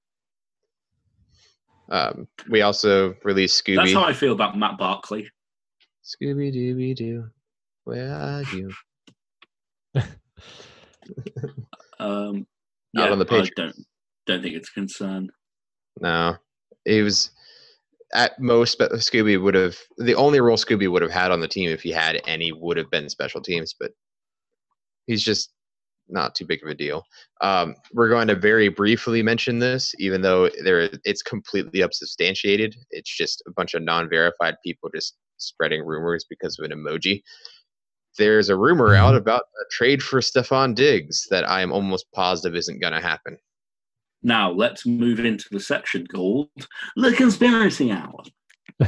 Um, we also released That's Scooby. how I feel about Matt Barkley. Scooby Dooby Doo, where are you? Um, Not yeah, on the Patriots. I don't, don't think it's a concern. No, it was at most. But Scooby would have the only role Scooby would have had on the team if he had any would have been special teams. But he's just not too big of a deal. Um, we're going to very briefly mention this, even though there it's completely unsubstantiated. It's just a bunch of non-verified people just spreading rumors because of an emoji. There's a rumor out about a trade for Stefan Diggs that I am almost positive isn't going to happen. Now let's move into the section called the conspiracy hour.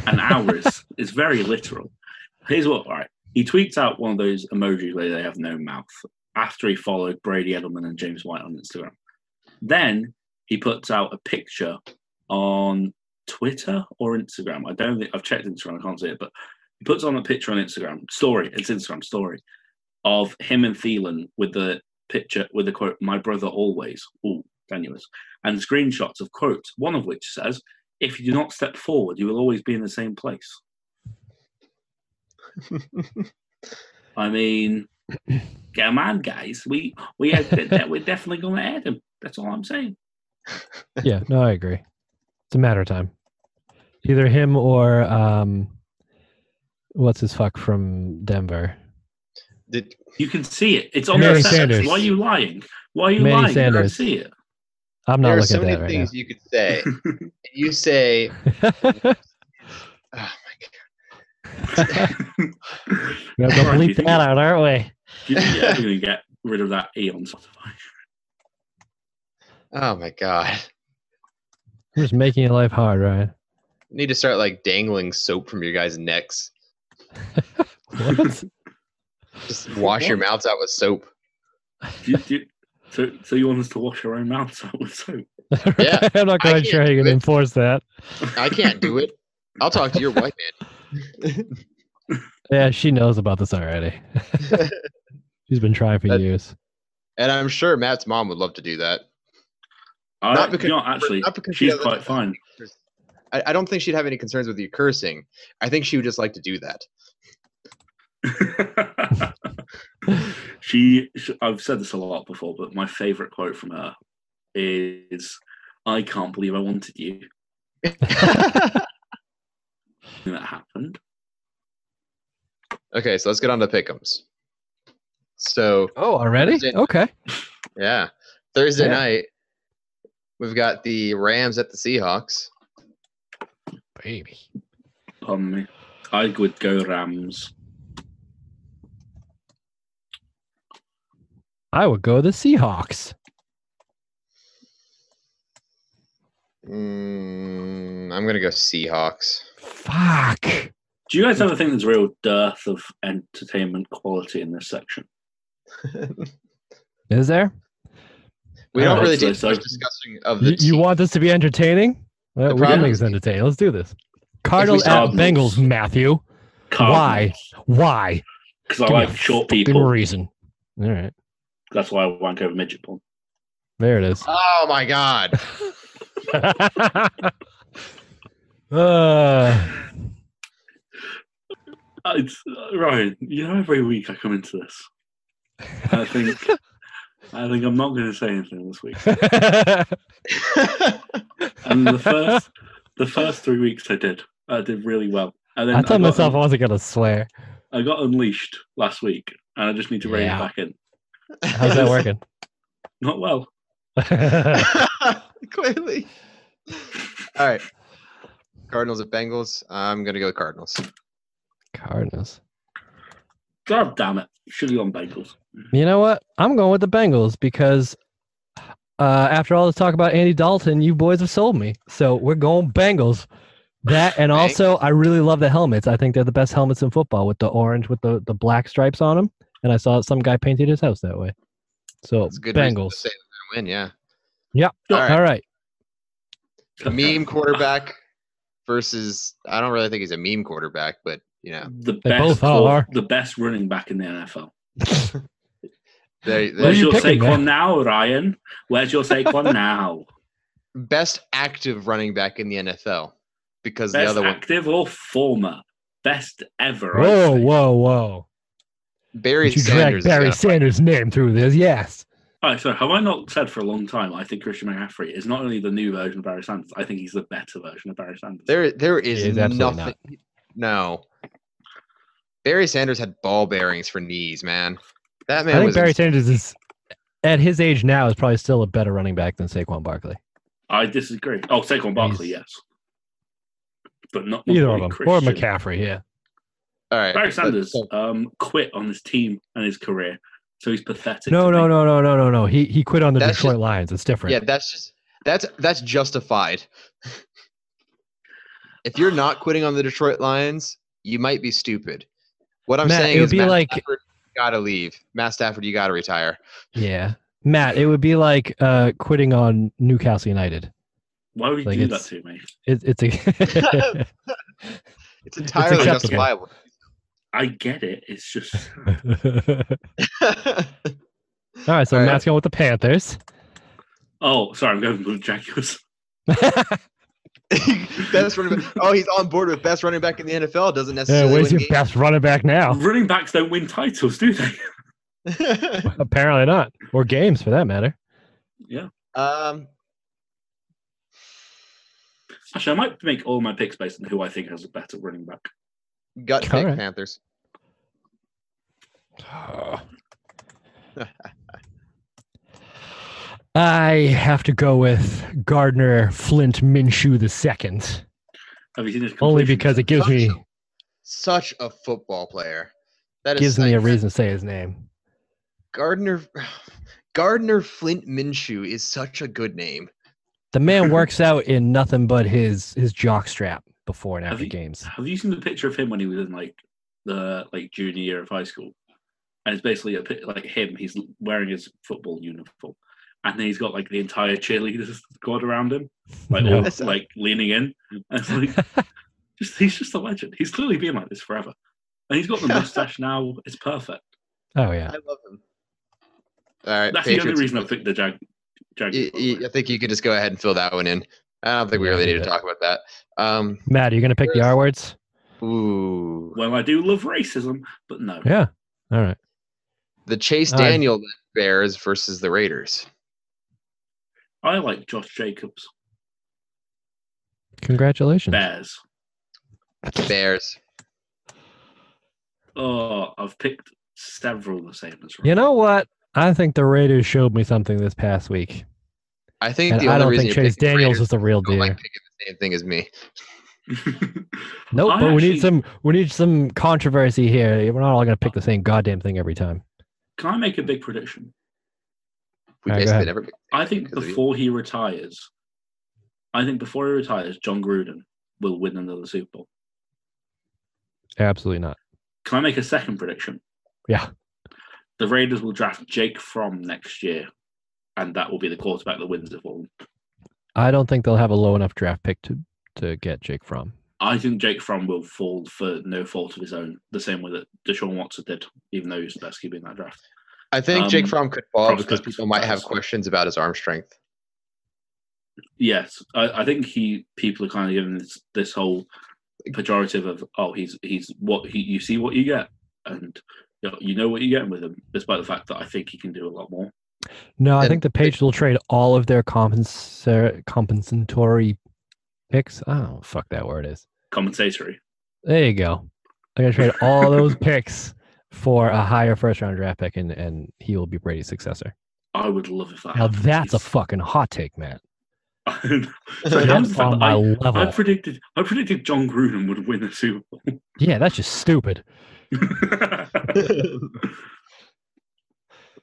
And hour is, is very literal. Here's what all right. He tweets out one of those emojis where they have no mouth after he followed Brady Edelman and James White on Instagram. Then he puts out a picture on Twitter or Instagram. I don't think I've checked Instagram, I can't see it, but he puts on a picture on Instagram story. It's Instagram story of him and Thielen with the picture with the quote, My brother always. Ooh, tenuous and screenshots of quotes, one of which says, If you do not step forward, you will always be in the same place. I mean, come on, guys. We we are, de- we're definitely going to add him. That's all I'm saying. yeah, no, I agree. It's a matter of time. Either him or um, what's his fuck from Denver? Did, You can see it. It's on Barry the set. Sanders. Why are you lying? Why are you Manny lying? You can Sanders. see it. I'm not there are looking so at many that right things you could say. you say, now. oh we have to Sorry, do you bleep think- that out, aren't we? Do you think you're ever going to get rid of that E on Spotify? my, oh my god, I'm just making your life hard, Ryan. need to start like dangling soap from your guys' necks. What? Just wash your mouths out with soap. Do you, do you, so, so you want us to wash our own mouths out with soap? Yeah, I'm not I quite can't sure how you're do going to it. enforce that. I can't do it. I'll talk to your wife, man. Yeah, she knows about this already. She's been trying for That- years. and I'm sure Matt's mom would love to do that. I, Not not because- not actually. not because she she's doesn't- quite fine. I, I don't think she'd have any concerns with you cursing. I think she would just like to do that. she, sh I've said this a lot before, but my favorite quote from her is, "I can't believe I wanted you." And that happened. okay, so let's get on to pickums. So Oh, already? Thursday- Okay. yeah, Thursday Yeah. night we've got the Rams at the Seahawks. Baby. Pardon me. I would go Rams. I would go the Seahawks. Mm, I'm gonna go Seahawks. Fuck. Do you guys ever think there's a real dearth of entertainment quality in this section? Is there? We I don't hope really so, do so- much discussing of the You, you team. want this to be entertaining? Uh, Well, we can problem make is- this entertaining. Let's do this. Cardinals at start- Bengals, Matthew. Why? Why? Because I Give me like a short fucking people. reason. All right. That's why I wank over midget porn. There it is. Oh my god. Uh, Uh, It's uh, Ryan. You know, every week I come into this. I think, I think I'm not going to say anything this week. And the first, the first three weeks I did, I did really well. And then I told got myself I wasn't gonna swear. I got unleashed last week, and I just need to rein Yeah. it back in. How's that working? Not well. Clearly. All right. Cardinals at Bengals. I'm gonna go Cardinals. Cardinals. God damn it! Should have gone Bengals. You know what? I'm going with the Bengals because uh, after all this talk about Andy Dalton, you boys have sold me. So we're going Bengals. That and Thanks. also I really love the helmets. I think they're the best helmets in football with the orange with the, the black stripes on them. And I saw some guy painted his house that way. So It's a good reason to Oh, Bengals. say they're gonna win. Yeah. All All right. right. Meme quarterback versus. I don't really think he's a meme quarterback, but you know The They best, both quar- are. the best running back in the NFL. they Where are they're Where's you your picking, Saquon man? now, Ryan? Where's your Saquon now? best active running back in the NFL because the Best other one active or former? Best ever. I'd Whoa, say. whoa, whoa. Barry Would you drag Sanders. is Barry gonna- Sanders' name through this? Yes. All right, so have I not said for a long time? I think Christian McCaffrey is not only the new version of Barry Sanders. I think he's the better version of Barry Sanders. There, there is, is nothing. absolutely No. Barry Sanders had ball bearings for knees, man. That man I think was. Barry ins- Sanders is at his age now is probably still a better running back than Saquon Barkley. I disagree. Oh, Saquon Barkley, He's- yes, but not Either of not them. Or Christian. McCaffrey, yeah. All right. Barry but- Sanders Oh, so- um, quit on his team and his career, so he's pathetic. No, to no, me. no, no, no, no, no. He he quit on the That's Detroit just- Lions. It's different. yeah, that's just that's that's justified. if you're not quitting on the Detroit Lions, you might be stupid. What I'm Matt, it saying would is, be Matt like- Stafford, you gotta leave. Matt Stafford, you gotta retire. Yeah. Matt, it would be like uh, quitting on Newcastle United. Why would you Like, do that it's- to me? It, it's a It's entirely acceptable. justifiable. I get it. It's just all right. So All right. Matt's going with the Panthers. oh, sorry, I'm going with Jaguars. best running back. Oh, he's on board with best running back in the NFL. Doesn't Yeah, necessarily. where's win your games. best running back now? Running backs don't win titles, do they? Apparently not, or games for that matter. yeah. um, Actually, I might make all my picks based on who I think has a better running back. gut pick Alright. Panthers. I have to go with Gardner Flint Minshew the second, Have you seen his only completion because it gives me Minshew. Such a football player. That is gives me a like- reason to say his name. Gardner Gardner Flint Minshew is such a good name. The man works out in nothing but his his jock strap before and Have after you- games. Have you seen the picture of him when he was in like the like junior year of high school? And it's basically a pic like him. He's wearing his football uniform, and then he's got like the entire cheerleaders squad around him, like No. all, like leaning in. And it's like, just he's just a legend. He's clearly been like this forever, and he's got the mustache now. It's perfect. Oh yeah. I love him. All right, That's the Patriots. only reason I picked the Jag. Jag. Y- y- I think you could just go ahead and fill that one in. I don't think we Yeah, really you need to did. talk about that. Um, Matt, are you gonna pick the Yes. R words? ooh, well, I do love racism, but no. Yeah. All right. the Chase I- Daniel Bears versus the Raiders. I like Josh Jacobs. Congratulations. Bears. Bears. Oh, I've picked several the same as You know what? I think the Raiders showed me something this past week. I think And the I only don't reason think you're Chase picking the Daniels Raiders is the real is you deal. don't like picking the same thing as me. nope, I but we actually- need some we need some controversy here. We're not all gonna pick the same goddamn thing every time. Can I make a big prediction? All right, go basically ahead. never. picked I think because of you. before he retires, I think before he retires, John Gruden will win another Super Bowl. Absolutely not. Can I make a second prediction? Yeah. The Raiders will draft Jake Fromm next year, and that will be the quarterback that wins it for them. I don't think they'll have a low enough draft pick to to get Jake Fromm. I think Jake Fromm will fall for no fault of his own, the same way that Deshaun Watson did, even though he was the best QB in that draft. I think Jake Um, Fromm could fall prospects because people might have first. questions about his arm strength. Yes, I, I think he people are kind of giving this, this whole pejorative of oh he's he's what he you see what you get and you know, you know what you're getting with him, despite the fact that I think he can do a lot more. No, I And think the they- Patriots will trade all of their compensa- compensatory picks. I don't know, fuck that word is. Compensatory. There you go. They're gonna trade all those picks for a higher first round draft pick, and and he will be Brady's successor. I would love if that. Now happened. that's a Jeez. fucking hot take, man. So That's how's the That's fact on that my I, I level. predicted. I predicted John Gruden would win the Super Bowl. Yeah, that's just stupid. but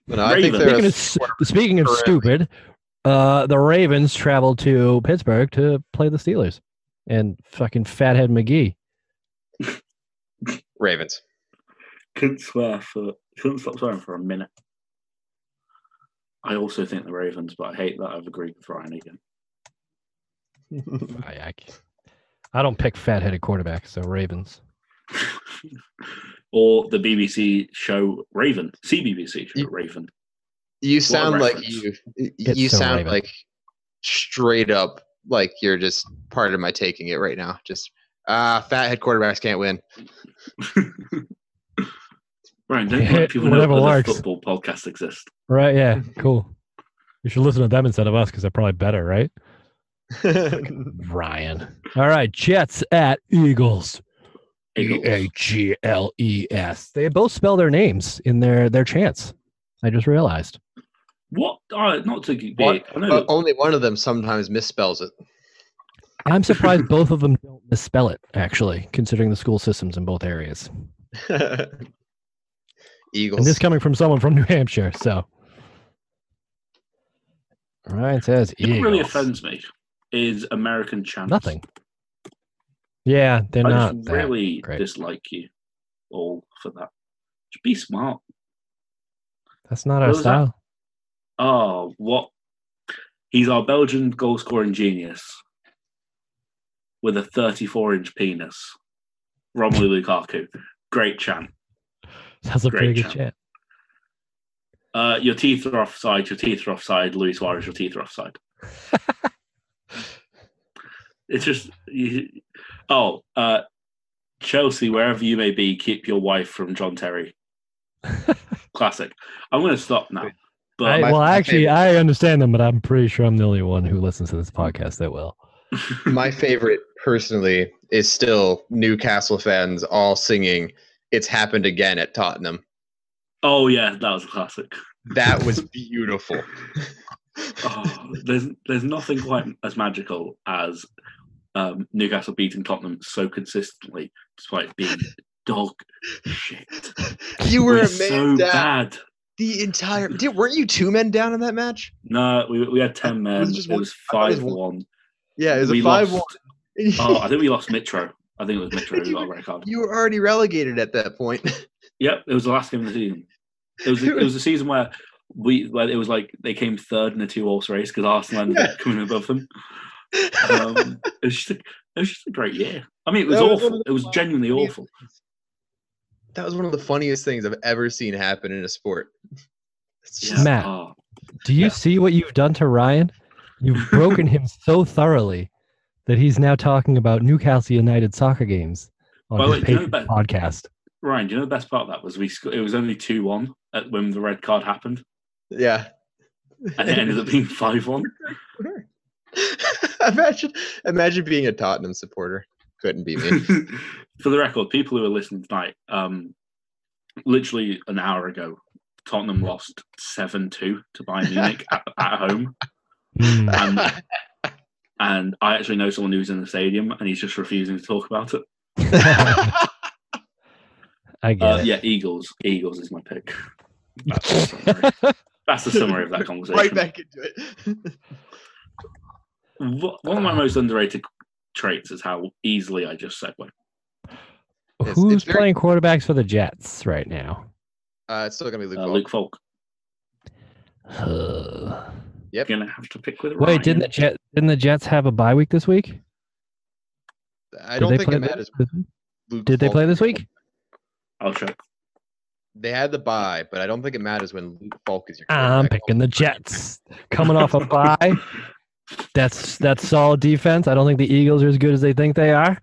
no, I think Ravens. they're Speaking a of, s- speaking of Correct. stupid, uh, the Ravens traveled to Pittsburgh to play the Steelers, and fucking fathead McGee. Ravens. couldn't swear for couldn't stop swearing for a minute. I also think the Ravens, but I hate that I've agreed with Ryan again. I, I, I don't pick fat-headed quarterbacks, so Ravens. or the BBC show Raven, CBBC show You- Raven. You sound like reference. you. You It's so sound Raven. like straight up like you're just part of my taking it right now. Just ah, fat head quarterbacks can't win. Ryan, don't let people know Whatever that works. football podcasts exist. Right? Yeah. Cool. You should listen to them instead of us because they're probably better, right? Ryan. All right, Jets at Eagles. E Eagles. A G L E S. They both spell their names in their their chants. I just realized. What? Uh, not to be. What? I know Uh, oh, But only one of them sometimes misspells it. I'm surprised both of them don't misspell it. Actually, considering the school systems in both areas, Eagles. and this coming from someone from New Hampshire, so. Ryan says you know what really Eagles. offends me is American chants. Nothing. Yeah, they're I not. just that. really great. dislike you all for that. Just be smart. That's not What our was that? style. Oh, what? He's our Belgian goal scoring genius with a 34 inch penis. Romelu Lukaku. Great chant. That's a Great pretty good chant. chant. Uh, your teeth are offside. Your teeth are offside. Luis Suarez, your teeth are offside. it's just. You, oh, uh, Chelsea, wherever you may be, keep your wife from John Terry. Classic. I'm going to stop now. I, But my- well, my actually, favorite. I understand them, but I'm pretty sure I'm the only one who listens to this podcast that will. my favorite personally is still Newcastle fans all singing "It's happened again" at Tottenham. oh yeah, that was a classic. That was beautiful. Oh, there's there's nothing quite as magical as um, Newcastle beating Tottenham so consistently, despite being dog shit. you were We're a man so down bad. the entire. Did, weren't you two men down in that match? No, we, we had ten men. Was It it was, just one- thought it was five one. Yeah, it was We a five-one. lost. Oh, I think we lost Mitro. I think it was Mitro who got a red card. you were already relegated at that point. Yep, it was the last game of the season. It was it was a season where we where it was like they came third in a two horse race because Arsenal ended up coming above them. Um, it was just a, it was just a great year. I mean, it was That was one awful. of It was genuinely Yeah. awful. that was one of the funniest things I've ever seen happen in a sport. It's Yeah. just- Matt. Oh, Do you Yeah. see what you've done to Ryan? You've broken him so thoroughly that he's now talking about Newcastle United soccer games on Well, his wait, you know Patreon about- podcast. Ryan, do you know the best part of that was we? Sco- it was only two one when the red card happened, yeah. and it ended up being five one. imagine, imagine being a Tottenham supporter. Couldn't be me. For the record, people who are listening tonight, um, literally an hour ago, Mm-hmm. Tottenham lost seven two to Bayern Munich at, at home, Hmm. Um, and and I actually know someone who's in the stadium, and he's just refusing to talk about it. I get Uh, it. Um, yeah, Eagles. Eagles is my pick. That's the summary of that conversation. right back into it. Wh- One of my most underrated traits is how easily I just segue. It's- Who's it's very- playing quarterbacks for the Jets right now? uh, it's still gonna be Luke. Uh, Falk. Luke Falk. Yep. You're gonna have to pick with Ryan. Wait, didn't the Jet didn't the Jets have a bye week this week? I Did don't they think play it this- matters. Luke Did they Falk- play this week? I'll check. They had the bye, but I don't think it matters when Luke Falk is your. Ah, I'm quarterback. picking the Jets. Coming off a bye. That's that's solid defense. I don't think the Eagles are as good as they think they are.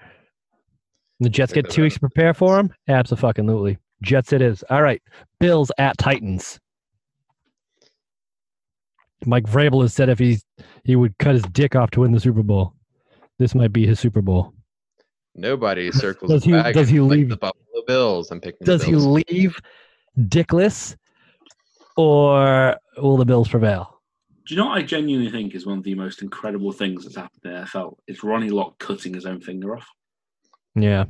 The Jets get two weeks to prepare for them. Absolutely. Jets it is. All right. Bills at Titans. Mike Vrabel has said if he he would cut his dick off to win the Super Bowl. This might be his Super Bowl. Nobody circles. Does the he- bag does he like leave- the Buffalo Bills? I'm picking. Does the he Bills. leave dickless or will the Bills prevail? Do you know what I genuinely think is one of the most incredible things that's happened in the NFL? It's Ronnie Locke cutting his own finger off. Yeah.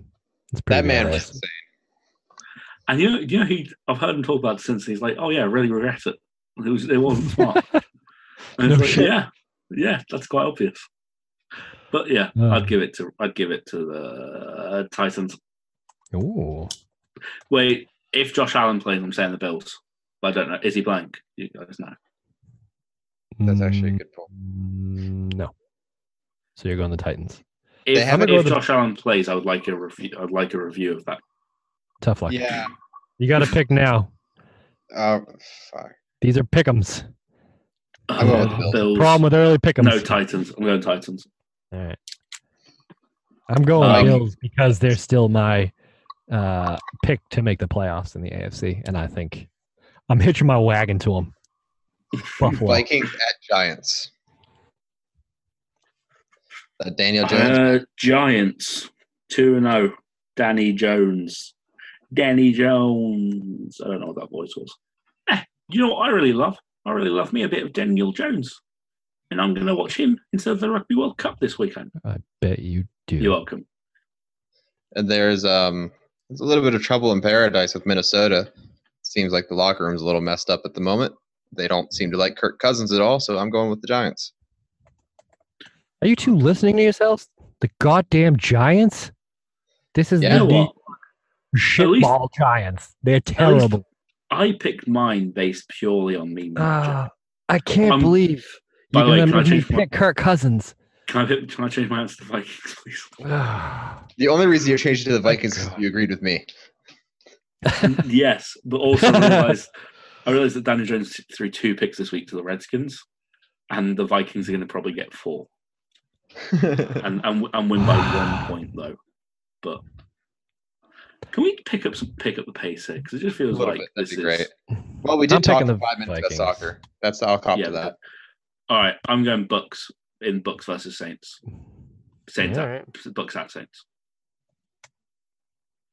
It's pretty That man badass. was insane. And you know, you know, he I've heard him talk about it since. And he's like, "Oh yeah, I really regret it. It, was, it wasn't smart." and it's No like, shit. yeah, yeah, that's quite obvious. But yeah, Oh. I'd give it to I'd give it to the Titans. Ooh. Wait, if Josh Allen plays, I'm saying the Bills. But I don't know. Is he playing? You guys know. That's actually a good point. Mm, No. So you're going the Titans. If, haven't if got the- Josh Allen plays, I would like a review. I'd like a review of that. Tough luck. Yeah. You got to pick now. Oh fuck. These are pickems. I'm going Oh, with Bills. Problem with early pickems. No Titans. I'm going Titans. All right. I'm going Um, Bills because they're still my uh, pick to make the playoffs in the AFC, and I think I'm hitching my wagon to them. Buffalo. Vikings at Giants. Uh, Daniel Jones. Uh, Giants two and zero. Danny Jones. Danny Jones. I don't know what that voice was. Eh, you know what I really love? I really love me a bit of Daniel Jones, and I'm going to watch him instead of the Rugby World Cup this weekend. I bet you do. You're welcome. and there's um there's a little bit of trouble in paradise with Minnesota. Seems like the locker room's a little messed up at the moment. They don't seem to like Kirk Cousins at all, so I'm going with the Giants. Are you two listening to yourselves? The goddamn Giants. This is Yeah. You know the, what? shitball least- Giants. They're terrible. I picked mine based purely on me. Ah, I can't Um, believe by you're the way, gonna can I make me change my- pick Kirk Cousins. Can I, pick- can I change my answer to Vikings, please? Ah. The only reason you changed it to the Vikings is you agreed with me. yes, but also I realized, I realized that Danny Jones threw two picks this week to the Redskins, and the Vikings are going to probably get four and and, and win by one point though. But can we pick up some pick up the pace here? Because it just a feels little like bit. That'd this be is great. Well, we did I'm talk picking for the five minutes Vikings. about soccer. That's I'll cop yeah. to that. All right, I'm going Bucks in Bucks versus Saints. Saints All at, right. Bucks at Saints.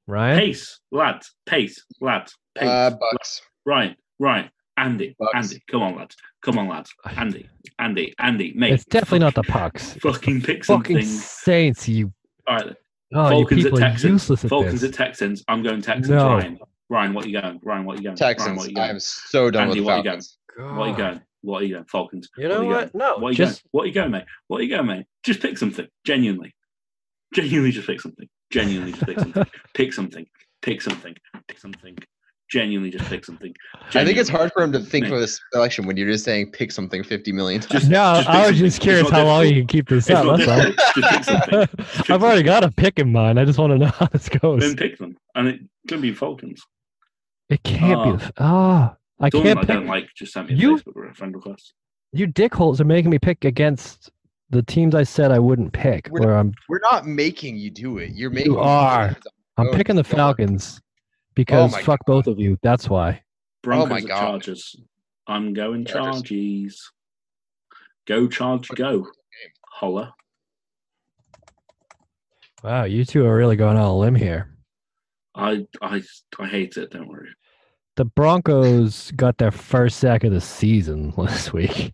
Ryan. Pace, lads. Pace, lads. Pace. Uh, lads. Bucks. Ryan, Ryan, Andy, Bucks. Andy, come on, lads, come on, lads, Andy, Andy, Andy, mate. it's definitely not the fucking- Pucks. It's Fucking pick the fucking something. Saints. You. All right, Oh, Falcons you at people are Texans. useless at Falcons this. at Texans. I'm going Texans. No. Ryan, Ryan, what are you going? Ryan, what are you going? Ryan, Texans. what are you I'm going? so done Andy, with what you got? Falcons. What are you going? What are you going? Falcons. Ah. You know are you what? No, What are you just going? What are you going, mate? What are you going, mate? Just pick something. Genuinely, genuinely, just pick something. Genuinely, just pick something. pick something. Pick something. Pick something. Genuinely, just pick something. I think it's Genuinely. hard for him to think Mate. of a selection when you're just saying pick something 50 million times. Just- no. just pick I was something. just It's curious not how long difficult. you can keep this It's up. not That's all. difficult. Just pick something. Just pick I've already got a pick in mind. I just want to know how this goes. then pick them, and it could be Falcons. It can't Ah. be. Ah, I Someone can't I don't pick. like just sent me a You- Facebook re- friend request. You dickholes are making me pick against the teams I said I wouldn't pick. We're- Where I'm, We're not making you do it. You're making are. I'm Oh, picking the God. Falcons because my fuck both of you. That's why. Oh Broncos my at God. Chargers. I'm going Chargers. Chargies. Go charge, go. Holla. Wow, you two are really going on a limb here. I I I hate it. Don't worry. The Broncos got their first sack of the season last week.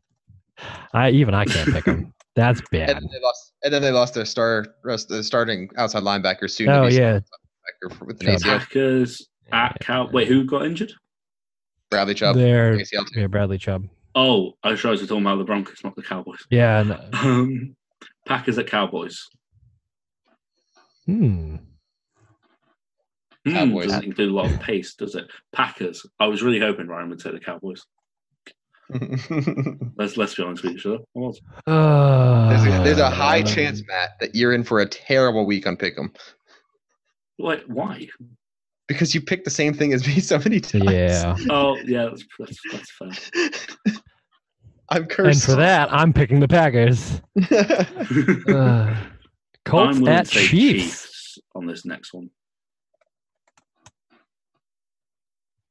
I even I can't pick them. That's And bad. then they lost. And then they lost their star, rest, their starting outside linebacker soon. to Oh be yeah, starting linebacker with an Trouble. ACL. Packers at Cow. Wait, who got injured? Bradley Chubb. They're ACL tear. yeah, Bradley Chubb. Oh, I was sure I was talking about the Broncos, not the Cowboys. Yeah. And, Um, Packers at Cowboys. hmm. Hmm, Cowboys. doesn't include a lot of pace, does it? Packers. I was really hoping Ryan would say the Cowboys. Let's let's be honest with each other. I was. There's Uh, a, there's a high chance, Matt, that you're in for a terrible week on Pick'em Like, why? because you picked the same thing as me so many times. Yeah. Oh, yeah, that's, that's, that's fair. I'm And cursed. for that, I'm picking the Packers. Uh, Colts I'm willing at to say Chiefs. on this next one.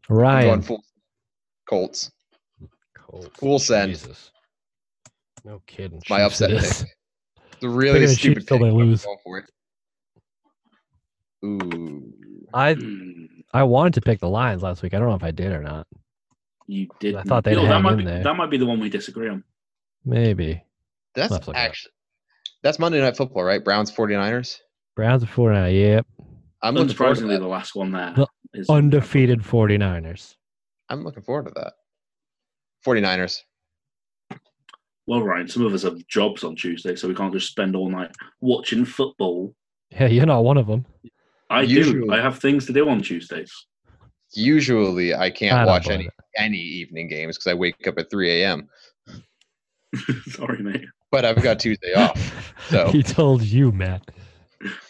I'm going Ryan. full Colts. Colts. Full send. Jesus. No kidding. My Chiefs upset it is. It's a really Picking the stupid Chiefs till pick, they but I'm lose. going for it. Ooh. I Hmm, I wanted to pick the Lions last week. I don't know if I did or not. you did. I thought they'd that hang might in be, there. That might be the one we disagree on. Maybe. That's Let's look it up. actually that's Monday night football, right? Browns 49ers. Browns at 49. Yep. I'm looking forward to Unsurprisingly, that. the last one there The is Undefeated 49ers. I'm looking forward to that. 49ers. Well, Ryan, some of us have jobs on Tuesday, so we can't just spend all night watching football. Yeah, you're not one of them. I Usually. do. I have things to do on Tuesdays. Usually I I can't don't watch believe any any evening games because I wake up at 3 a.m. Sorry, mate. But I've got Tuesday off. so. he told you, Matt.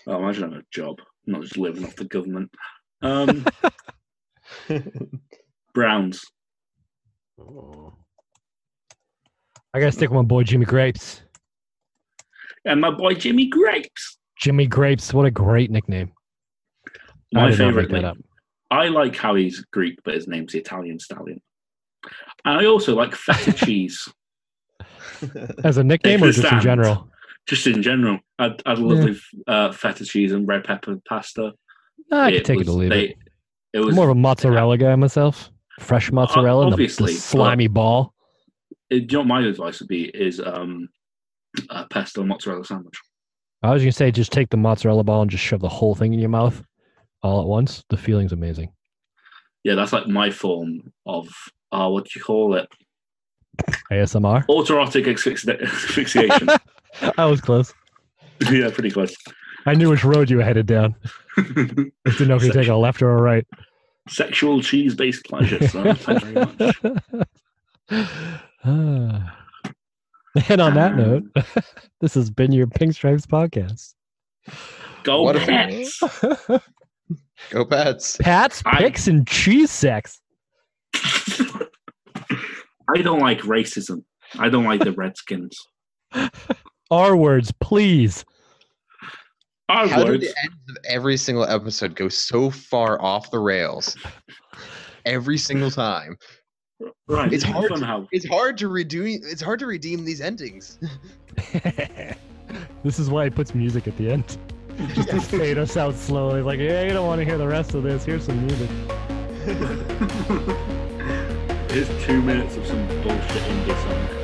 I imagine I have a job, not just living off the government. Um, Browns. Oh. I gotta stick with my boy Jimmy Grapes. And my boy Jimmy Grapes. Jimmy Grapes, what a great nickname. I My did not make favorite that name. up. I like how he's Greek, but his name's the Italian stallion. And I also like feta cheese, As a nickname or Take the just in stand. general? just in general. I I lovely uh, feta cheese and red pepper pasta. I could take it or was- leave they- it. It I'm was more of a mozzarella guy myself. Fresh mozzarella, and the- obviously, the slimy ball. it, you know, what my advice would be is um, a pesto mozzarella sandwich. I was gonna say, just take the mozzarella ball and just shove the whole thing in your mouth all at once. The feeling's amazing. Yeah, that's like my form of uh, what do you call it? ASMR. Autoerotic asphyxi- asphyxiation. I was close. yeah, pretty close. I knew which road you were headed down. Just didn't know if you were taking a left or a right. Sexual cheese-based pleasure. Son. Thank you very much. Ah. and on Um, that note, this has been your Pink Stripes podcast. Go What a Pats. Go Pats. Pat's I- picks and cheese sex. I don't like racism. I don't like the Redskins. R words, please. Our How did words. the ends of every single episode go so far off the rails? Every single time. Right. It's hard. Somehow. It's hard to redeem it's hard to redeem these endings. this is why he puts music at the end. Just to fade us out slowly. Like, yeah, you don't want to hear the rest of this. Here's some music. It's two minutes of some bullshit indie song.